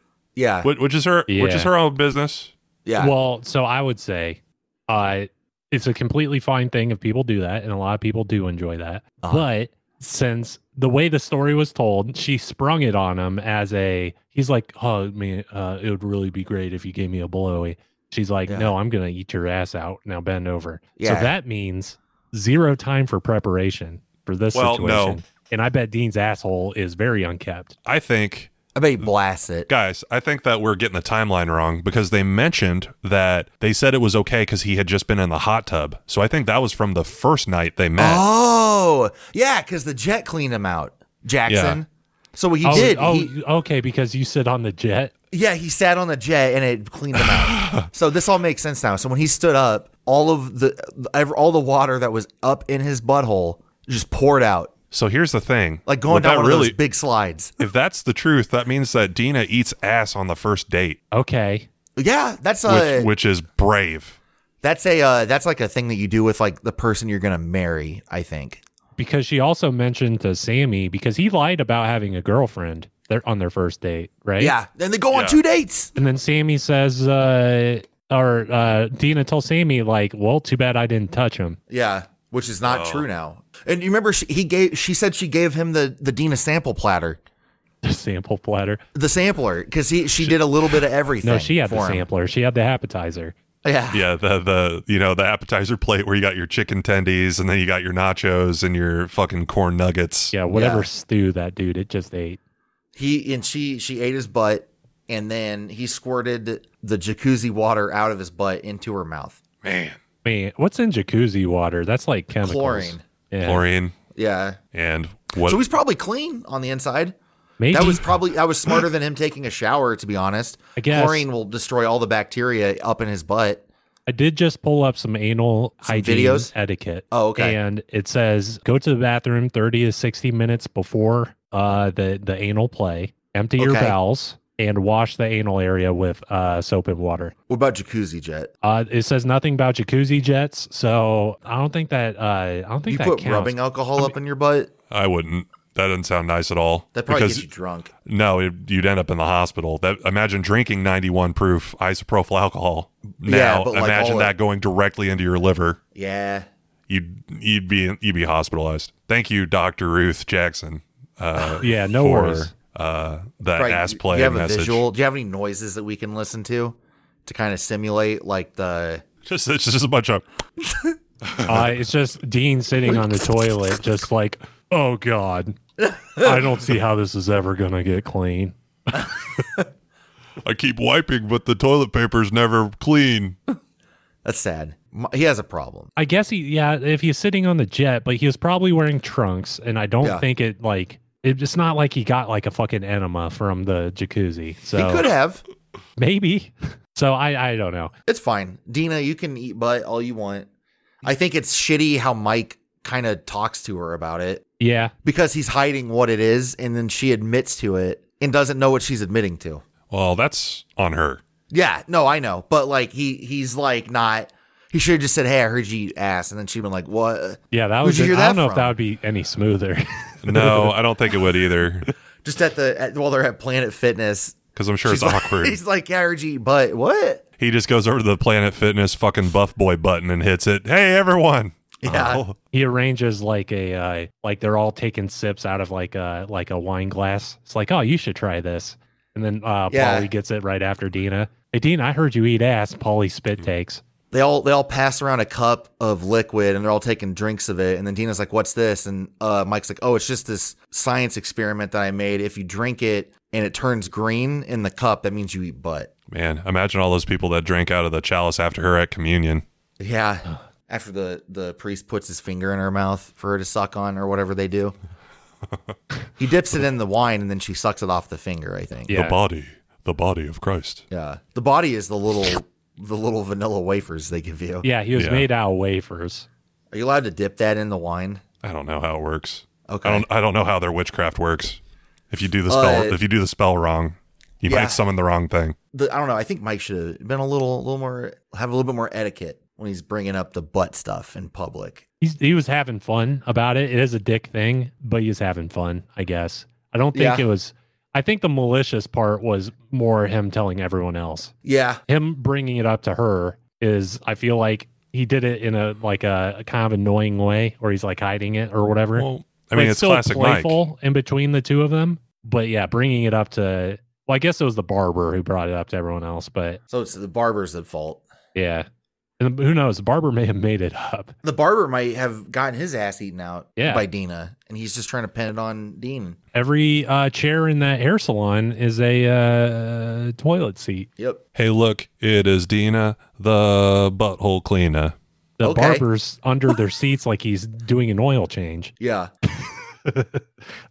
D: [laughs]
E: Yeah.
D: which, which is her, which
F: Yeah.
D: is her own business.
E: Yeah.
F: Well, so I would say, uh, it's a completely fine thing if people do that, and a lot of people do enjoy that.
E: Uh-huh.
F: But since the way the story was told, she sprung it on him as a he's like, "Oh, me, uh, it would really be great if you gave me a blowy." She's like,
E: Yeah.
F: "No, I'm gonna eat your ass out now. Bend over."
E: Yeah.
F: So that means zero time for preparation for this
D: Well, no.
F: situation. And I bet Dean's asshole is very unkept.
D: I think,
E: I bet he blasts it.
D: guys, I think that we're getting the timeline wrong because they mentioned that they said it was okay because he had just been in the hot tub. So I think that was from the first night they met.
E: Oh, yeah, because the jet cleaned him out, Jackson. So he
F: oh,
E: did.
F: Oh,
E: he,
F: okay, because you sit on the jet.
E: yeah, he sat on the jet and it cleaned him
D: [laughs]
E: out. so this all makes sense now. So when he stood up, all of the ev- all the water that was up in his butthole just poured out,
D: So here's the thing.
E: like going
D: Would that
E: down one
D: really,
E: of those big slides.
D: if that's the truth, that means that Dina eats ass on the first date,
F: Okay.
E: Yeah, that's a
D: which, which is brave.
E: that's a uh, that's like a thing that you do with like the person you're gonna marry. I think.
F: because she also mentioned to Sammy because he lied about having a girlfriend there on their first date, right?
E: Yeah, and they go on
D: Yeah.
E: two dates.
F: And then Sammy says, uh, or uh, Dina told Sammy, like, well, too bad I didn't touch him. [laughs]
E: Yeah, which is
D: Oh.
E: not true now. And you remember she, he gave she said she gave him the the Dina sample platter,
F: The sample platter.
E: the sampler, because he she did a little bit of everything.
F: No, she had the
E: for him.
F: sampler. She had the appetizer.
E: Yeah.
D: Yeah, the the you know the appetizer plate where you got your chicken tendies and then you got your nachos and your fucking corn nuggets.
F: Yeah, whatever
E: Yeah.
F: stew that dude it just ate.
E: He and she she ate his butt, and then he squirted the jacuzzi water out of his butt into her mouth.
D: Man,
F: Man, what's in jacuzzi water? That's like chemicals.
E: Chlorine.
F: Yeah.
D: chlorine
E: Yeah.
D: and what?
E: So he's probably clean on the inside.
F: Maybe.
E: That was probably that was smarter than him taking a shower, to be honest.
F: I guess.
E: Chlorine will destroy all the bacteria up in his butt.
F: I did just pull up some anal
E: Some
F: hygiene
E: videos?
F: etiquette.
E: Oh, okay.
F: And it says go to the bathroom 30 to 60 minutes before uh, the, the anal play, empty your
E: Okay.
F: bowels, and wash the anal area with uh, soap and water.
E: What about jacuzzi jet?
F: Uh, it says nothing about jacuzzi jets, so I don't think that uh, I don't think
E: You
F: that
E: put
F: counts.
E: rubbing alcohol up in your butt?
D: I wouldn't. That doesn't sound nice at all.
E: That probably
D: because
E: gets you drunk.
D: no, it, you'd end up in the hospital. That imagine drinking ninety one proof isopropyl alcohol. Now
E: Yeah, but, like,
D: imagine
E: all
D: that
E: of-
D: going directly into your liver.
E: Yeah.
D: You'd you'd be you'd be hospitalized. Thank you, Doctor Ruth Jackson. Uh,
F: Yeah, no
D: for,
F: worries.
D: Uh, that
E: Right,
D: ass
E: do
D: play
E: you have
D: message. [laughs]
E: a visual? Do you have any noises that we can listen to to kind of simulate like the?
D: Just it's just a bunch of
F: Uh, it's just Dean sitting on the toilet, just like oh God, I don't see how this is ever going to get clean.
D: I keep wiping, but the toilet paper's never clean.
E: That's sad. M- He has a problem.
F: I guess he, yeah, if he's sitting on the jet, but he was probably wearing trunks, and I don't
E: Yeah.
F: think it like it, it's not like he got like a fucking enema from the jacuzzi. So
E: He could have.
F: maybe. [laughs] So I, I don't know.
E: It's fine. Dina, you can eat butt all you want. I think it's shitty how Mike kind of talks to her about it
F: Yeah,
E: because he's hiding what it is and then she admits to it and doesn't know what she's admitting to.
D: Well, that's on
E: [laughs]
D: her.
E: Yeah, no, I know. But like he he's like not he should have just said, Hey, I heard you eat ass and then she'd been like, What
F: yeah, that
E: Where'd
F: was.
E: you
F: it.
E: hear
F: I don't
E: that
F: know if
E: from?
F: that would be any smoother. [laughs]
D: No, I don't think it would either,
E: just at the at, while they're at Planet Fitness.
D: because I'm sure
E: [laughs] she's
D: it's
E: like-
D: awkward.
E: He's like, Yeah, I heard you eat butt. What?
D: He just goes over to the Planet Fitness fucking buff boy button and hits it. Hey, everyone.
E: Yeah.
D: Oh,
F: he arranges like a uh, like they're all taking sips out of like a like a wine glass. It's like, oh, you should try this. And then uh,
E: Yeah.
F: Polly gets it right after Dina. Hey, Dina, I heard you eat ass. Polly spit
D: Hmm.
F: takes.
E: they all they all pass around a cup of liquid and they're all taking drinks of it and then Dina's like what's this and uh, Mike's like oh it's just this science experiment that I made if you drink it and it turns green in the cup that means you eat butt
D: man. Imagine all those people that drank out of the chalice after her at communion.
E: yeah [sighs] after the the priest puts his finger in her mouth for her to suck on or whatever they do he dips it in the wine and then she sucks it off the finger I think
F: Yeah.
D: The body, the body of Christ.
E: yeah the body is the little the little vanilla wafers they give you
F: Yeah, he was
D: Yeah.
F: made out of wafers.
E: are you allowed to dip that in the wine
D: I don't know how it works.
E: Okay.
D: I don't. I don't know how their witchcraft works. If you do the
E: Uh,
D: spell, if you do the spell wrong, you
E: yeah.
D: might summon the wrong thing.
E: the, I don't know. I think Mike should have been a little, little more, have a little bit more etiquette when he's bringing up the butt stuff in public.
F: He's, he was having fun about it. It is a dick thing, but he was having fun, I guess. I don't think
E: Yeah.
F: it was. I think the malicious part was more him telling everyone else.
E: Yeah,
F: him bringing it up to her is I feel like he did it in a like a, a kind of annoying way where he's like hiding it or whatever.
D: Well, I mean, it's,
F: still
D: classic
F: playful in between the two of them, but yeah, bringing it up to well, I guess it was the barber who brought it up to everyone else, but
E: so it's the barber's at fault.
F: yeah, and who knows? The barber may have made it up.
E: The barber might have gotten his ass eaten out
F: Yeah.
E: by Dina, and he's just trying to pin it on Dean.
F: Every uh, chair in that hair salon is a uh, toilet seat.
E: Yep.
D: Mike. Hey, look, it is Dina, the butthole cleaner.
F: The
E: Okay. [laughs]
F: barber's under their seats like he's doing an oil change.
E: Yeah.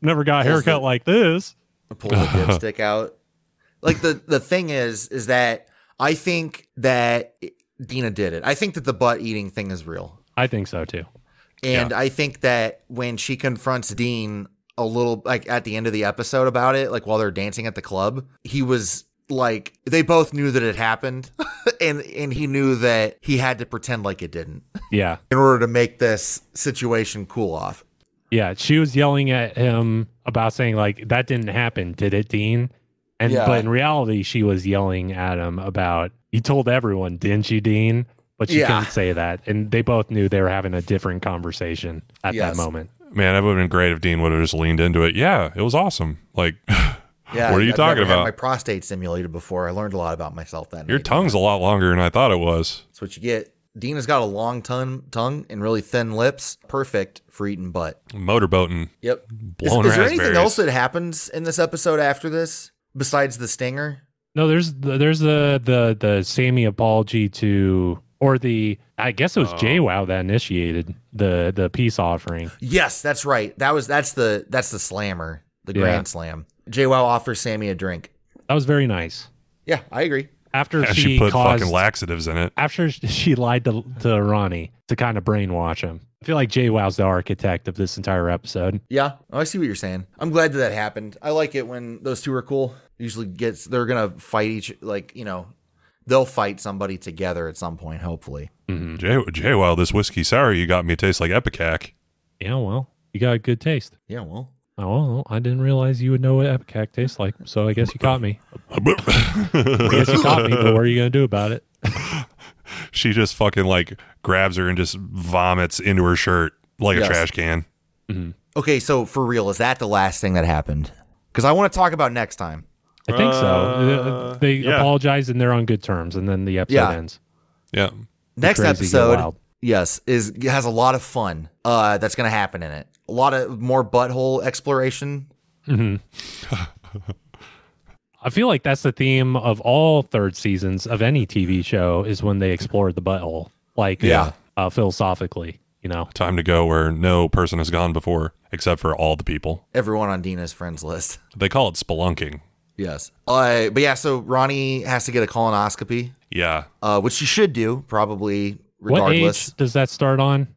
F: Never got a
E: Pulls
F: haircut
E: the-
F: like this.
E: Pull the dipstick out. Like the the thing is, is that I think that Dina did it. I think that the butt eating thing is real.
F: I think so too.
E: And I think that when she confronts Dean a little like at the end of the episode about it, like while they're dancing at the club, he was like they both knew that it happened [laughs] and and he knew that he had to pretend like it didn't
F: Yeah.
E: in order to make this situation cool off.
F: Yeah, she was yelling at him about saying like that didn't happen, did it, Dean? And
E: Yeah.
F: but in reality, she was yelling at him about you told everyone, didn't you, Dean? But she
E: Yeah.
F: couldn't say that, and they both knew they were having a different conversation at
E: Yes.
F: that moment.
D: Man, that would have been great if Dean would have just leaned into it. Yeah, it was awesome. Like, [laughs]
E: Yeah.
D: What are you
E: I've
D: talking
E: never had
D: about?
E: my prostate stimulated before. I learned a lot about myself that
D: your
E: night.
D: tongue's a lot longer than I thought it was.
E: That's what you get. Dina's got a long tongue tongue and really thin lips. Perfect for eating butt.
D: Motorboating,
E: Yep. Is,
D: blowing
E: is there anything
D: raspberries.
E: else
D: [laughs]
E: that happens in this episode after this besides the stinger?
F: No, there's the, there's the the the Sammy apology to or the I guess it was
D: Oh.
F: JWoww that initiated the the peace offering.
E: Yes, that's right. That was that's the that's the slammer, the
F: Yeah.
E: grand slam. JWoww offers Sammy a drink.
F: That was very nice.
E: Yeah, I agree.
F: After
D: Yeah,
F: she,
D: she put
F: caused
D: fucking laxatives in it.
F: after sh- she lied to, to Ronnie to kind of brainwash him. I feel like Jay Wow's the architect of this entire episode.
E: Yeah, oh, I see what you're saying. I'm glad that that happened. I like it when those two are cool. Usually gets they're gonna fight each like you know they'll fight somebody together at some point. Hopefully,
D: Jay, Jay, wow, this whiskey sour you got me tastes like Epicac. [laughs]
F: Yeah, well, you got good taste.
E: yeah. Well,
F: Oh, well, I didn't realize you would know what Epicac tastes like, so I guess you caught me. I guess you caught me, but what are you going to do about it?
D: she just fucking like grabs her and just vomits into her shirt like
E: Yes.
D: a trash can.
E: okay. So for real, is that the last thing that happened? Because I want to talk about next time.
F: I think
D: Uh,
F: so. They, they
D: yeah.
F: apologize and they're on good terms, and then the episode
E: Yeah.
F: ends.
D: Yeah.
E: Next
F: Crazy, go
E: episode,
F: wild.
E: yes, is has a lot of fun. Uh, that's gonna happen in it. A lot of more butthole exploration.
F: hmm Mm-hmm. [laughs] I feel like that's the theme of all third seasons of any TV show is when they explore the butthole, like
D: Yeah.
F: uh, philosophically. You know,
D: Time to go where no person has gone before, except for all the people.
E: Everyone on Dina's friends list. [laughs]
D: They call it spelunking.
E: Yes. Uh, but yeah, so Ronnie has to get a colonoscopy,
D: Yeah.
E: uh, which she should do probably
F: what
E: regardless.
F: age does that start on?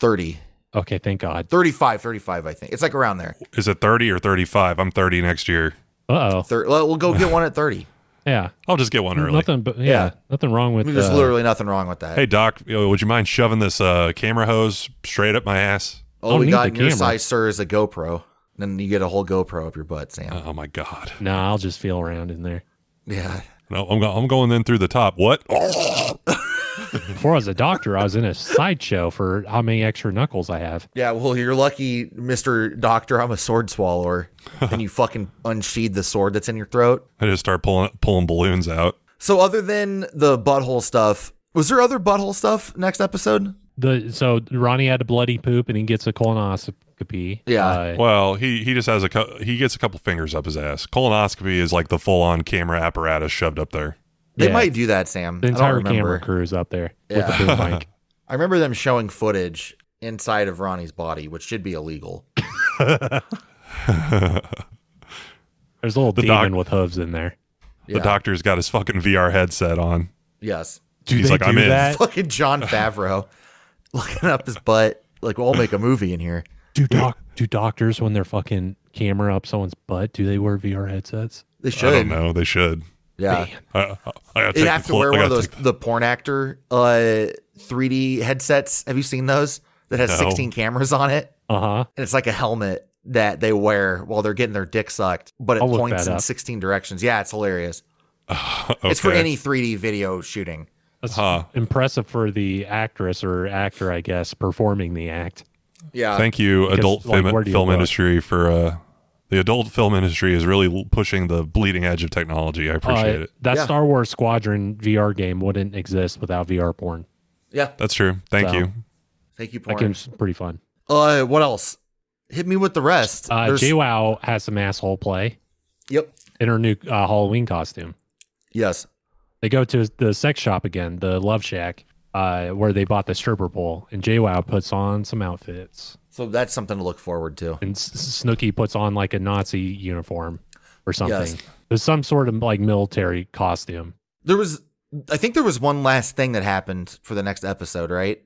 E: 30,
F: Okay, thank God.
E: 35, 35, I think. It's like around there.
D: Is it 30 or 35? I'm 30 next year.
F: Uh oh,
E: Thir- well, we'll go get one at
F: [sighs]
E: 30.
F: yeah,
D: I'll just get one early.
F: nothing, but yeah,
E: Yeah.
F: nothing wrong
E: I
F: with.
E: mean, there's
F: uh,
E: literally nothing wrong with that.
D: Hey, Doc, you know, would you mind shoving this uh, camera hose straight up my ass?
E: All
F: I
E: we
F: need
E: got
F: the
E: in your
F: camera.
E: size, sir, is a GoPro. And then you get a whole GoPro up your butt, Sam.
F: Uh,
D: Oh, my God.
F: Nah, I'll just feel around in there.
E: yeah.
D: No, I'm, go- I'm going in through the top. What?
F: Before I was a doctor, I was in a sideshow for how many extra knuckles I have.
E: Yeah, well, you're lucky, Mr. Doctor. I'm a sword
F: [laughs]
E: swallower. and you fucking unsheathe the sword that's in your throat.
D: I just start pulling pulling balloons out.
E: So, other than the butthole stuff, was there other butthole stuff next episode?
F: The so Ronnie had a bloody poop and he gets a colonoscopy.
E: Yeah.
F: Uh,
D: Well, he he just has a cou- he gets a couple fingers up his ass. Colonoscopy is like the full on camera apparatus shoved up there.
E: They
F: Yeah.
E: might do that, Sam.
F: the
E: I
F: entire
E: don't remember.
F: camera crew is up there
E: Yeah.
F: with the boom mic.
E: I remember them showing footage inside of Ronnie's body, which should be illegal.
F: There's a little
D: The
F: demon
D: doc-
F: with hooves in there.
E: Yeah.
D: The doctor's got his fucking VR headset on.
F: [laughs]
E: yes.
F: Do
D: He's
F: they
D: like,
F: do
D: "I'm in."
F: that?
E: Fucking John Favreau [laughs] looking up his butt. Like, we'll all make a movie in here.
F: Do doc do doctors when they're fucking camera up someone's butt? Do they wear VR headsets?
E: They
D: I
E: should.
D: don't know. They should.
E: Yeah.
D: I, I, I gotta take
E: They'd
D: the
E: have to
D: clo-
E: wear
D: I
E: one of
D: gotta
E: those
D: take
E: the porn actor uh 3D headsets. Have you seen those? That has
D: No.
E: 16 cameras on it.
F: Uh huh.
E: And it's like a helmet that they wear while they're getting their dick sucked, but it
F: I'll look
E: points
F: that
E: in
F: up.
E: 16 directions. Yeah, it's hilarious.
D: the- oh, okay.
E: It's for any 3D video shooting.
F: That's
D: Huh.
F: impressive for the actress or actor, I guess, performing the act.
E: Yeah.
D: Thank you,
F: Because,
D: adult
F: like,
D: film,
F: where do you
D: film
F: look?
D: industry, for uh, the adult film industry is really l- pushing the bleeding edge of technology. I appreciate
F: Uh,
D: it.
F: That
E: Yeah.
F: Star Wars Squadron VR game wouldn't exist without VR porn.
E: yeah.
D: That's true. Thank
F: So-
D: you.
E: Thank you,
F: That
E: porn.
F: game's pretty fun.
E: Uh, what else? Hit me with the rest.
F: Uh,
E: There's-
F: JWoww has some asshole play
E: Yep.
F: in her new uh, Halloween costume.
E: Yes.
F: They go to the sex shop again, the Love Shack, uh, where they bought the stripper pole, and JWoww puts on some outfits,
E: So that's something to look forward to.
F: and S- S- Snooki puts on like a Nazi uniform or something.
E: Yes.
F: There's some sort of like military costume.
E: There was, I think there was one last thing that happened for the next episode, right?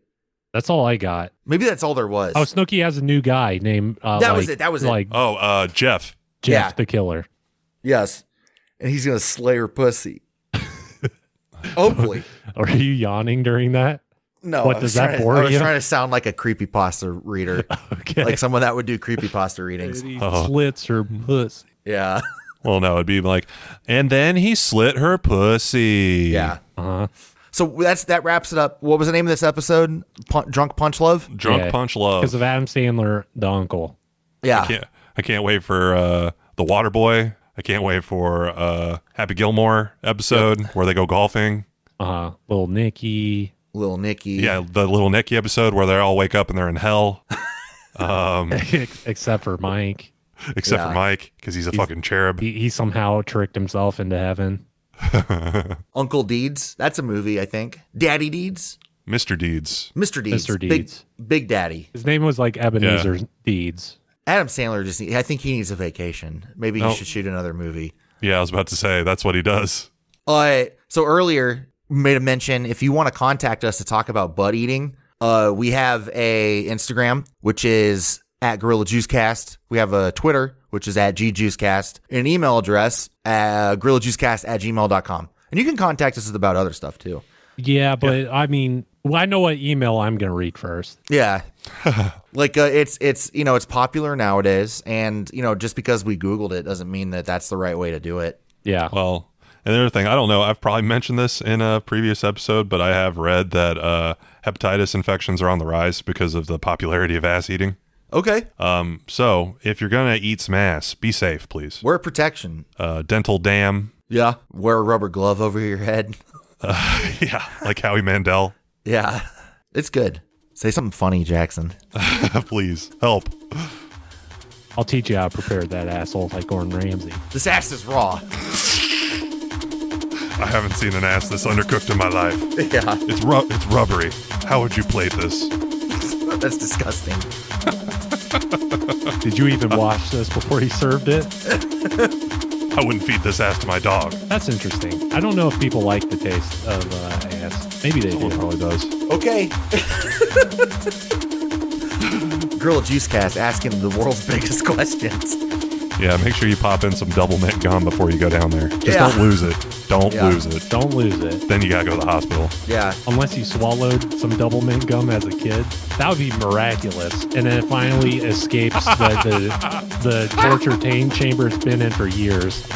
F: That's all I got.
E: Maybe that's all there was.
F: Oh, Snooki has a new guy named. Uh,
E: That was
F: like-
E: it, that was it.
F: like
D: Oh, uh, Jeff.
F: Jeff
E: yeah.
F: the Killer. [laughs]
E: yes. And he's gonna slay her pussy. Hopefully,
F: Are you yawning during that?
E: no.
F: What,
E: I
F: does
E: was
F: that
E: trying to-
F: bore
E: I was
F: you?
E: trying to sound like a creepy pasta reader,
F: [laughs] Okay.
E: like someone that would do creepy pasta readings.
F: he
D: Oh.
F: slits her puss.
E: Yeah,
D: Well, no, it'd be like, and then he slit her pussy.
E: yeah.
F: Uh-huh.
E: So that's that wraps it up. What was the name of this episode? Pun- Drunk Punch Love.
D: Drunk
F: Yeah.
D: punch love.
F: Because of Adam Sandler, the uncle.
E: Yeah,
D: can't I can't wait for uh the Water Boy. I can't wait for uh Happy Gilmore episode where they go golfing.
F: Uh huh. Little Nicky. [laughs]
E: Little Nicky.
D: Yeah, the little Nicky episode where they all wake up and they're in hell. [laughs] Um,
F: Except for Mike.
D: except
E: Yeah.
D: for Mike because he's a fucking cherub.
F: He, he somehow tricked himself into heaven.
E: Uncle Deeds. That's a movie, I think. Daddy Deeds.
D: Mr. Deeds.
E: Mr. Deeds.
F: Mr.
E: Big-
F: Deeds.
E: Big, Daddy.
F: His name was like Ebenezer Deeds.
E: Adam Sandler just. Need, I think he needs a vacation. Maybe he
D: No.
E: should shoot another movie.
D: Yeah, I was about to say that's what he does.
E: Uh, so earlier we made a mention if you want to contact us to talk about butt eating, uh, we have a Instagram which is at Gorilla Juice Cast. We have a Twitter which is at GJuiceCast and an email address at GorillaJuiceCast at gmail.com. And you can contact us about other stuff too.
F: Yeah, but I mean, well, I know what email I'm going to read first.
E: Yeah. like uh, it's it's you know it's popular nowadays and you know just because we googled it doesn't mean that that's the right way to do it.
F: Yeah.
D: Well, and the other thing, I don't know. I've probably mentioned this in a previous episode, but I have read that uh, hepatitis infections are on the rise because of the popularity of ass eating.
E: Okay.
D: Um, so if you're gonna eat some ass, be safe, please.
E: Wear protection.
D: Uh, dental dam.
E: Yeah. Wear a rubber glove over your head.
D: [laughs] yeah, like Howie Mandel. [laughs]
E: Yeah. [laughs] It's good. Say something funny, Jackson.
D: Please help.
F: I'll teach you how to prepare that asshole like Gordon Ramsay.
E: This ass is raw.
D: I haven't seen an ass this undercooked in my life.
E: yeah,
D: It's ru- it's rubbery. How would you plate this?
E: that's disgusting.
F: Did you even wash this before you served it?
D: I wouldn't feed this ass to my dog.
F: That's interesting. I don't know if people like the taste of uh, ass. Maybe they
D: Someone
F: do.
D: probably does.
E: Okay. [laughs] Gorilla Juice Cast asking the world's [laughs] biggest questions.
D: Yeah, make sure you pop in some double mint gum before you go down there. Just
E: Yeah.
D: don't lose it. Don't
E: Yeah.
D: lose it.
F: Don't lose it.
D: Then you gotta go to the hospital.
E: Yeah.
F: Unless you swallowed some double mint gum as a kid, that would be miraculous. And then it finally escapes the, the, the torture tame chamber it's been in for years.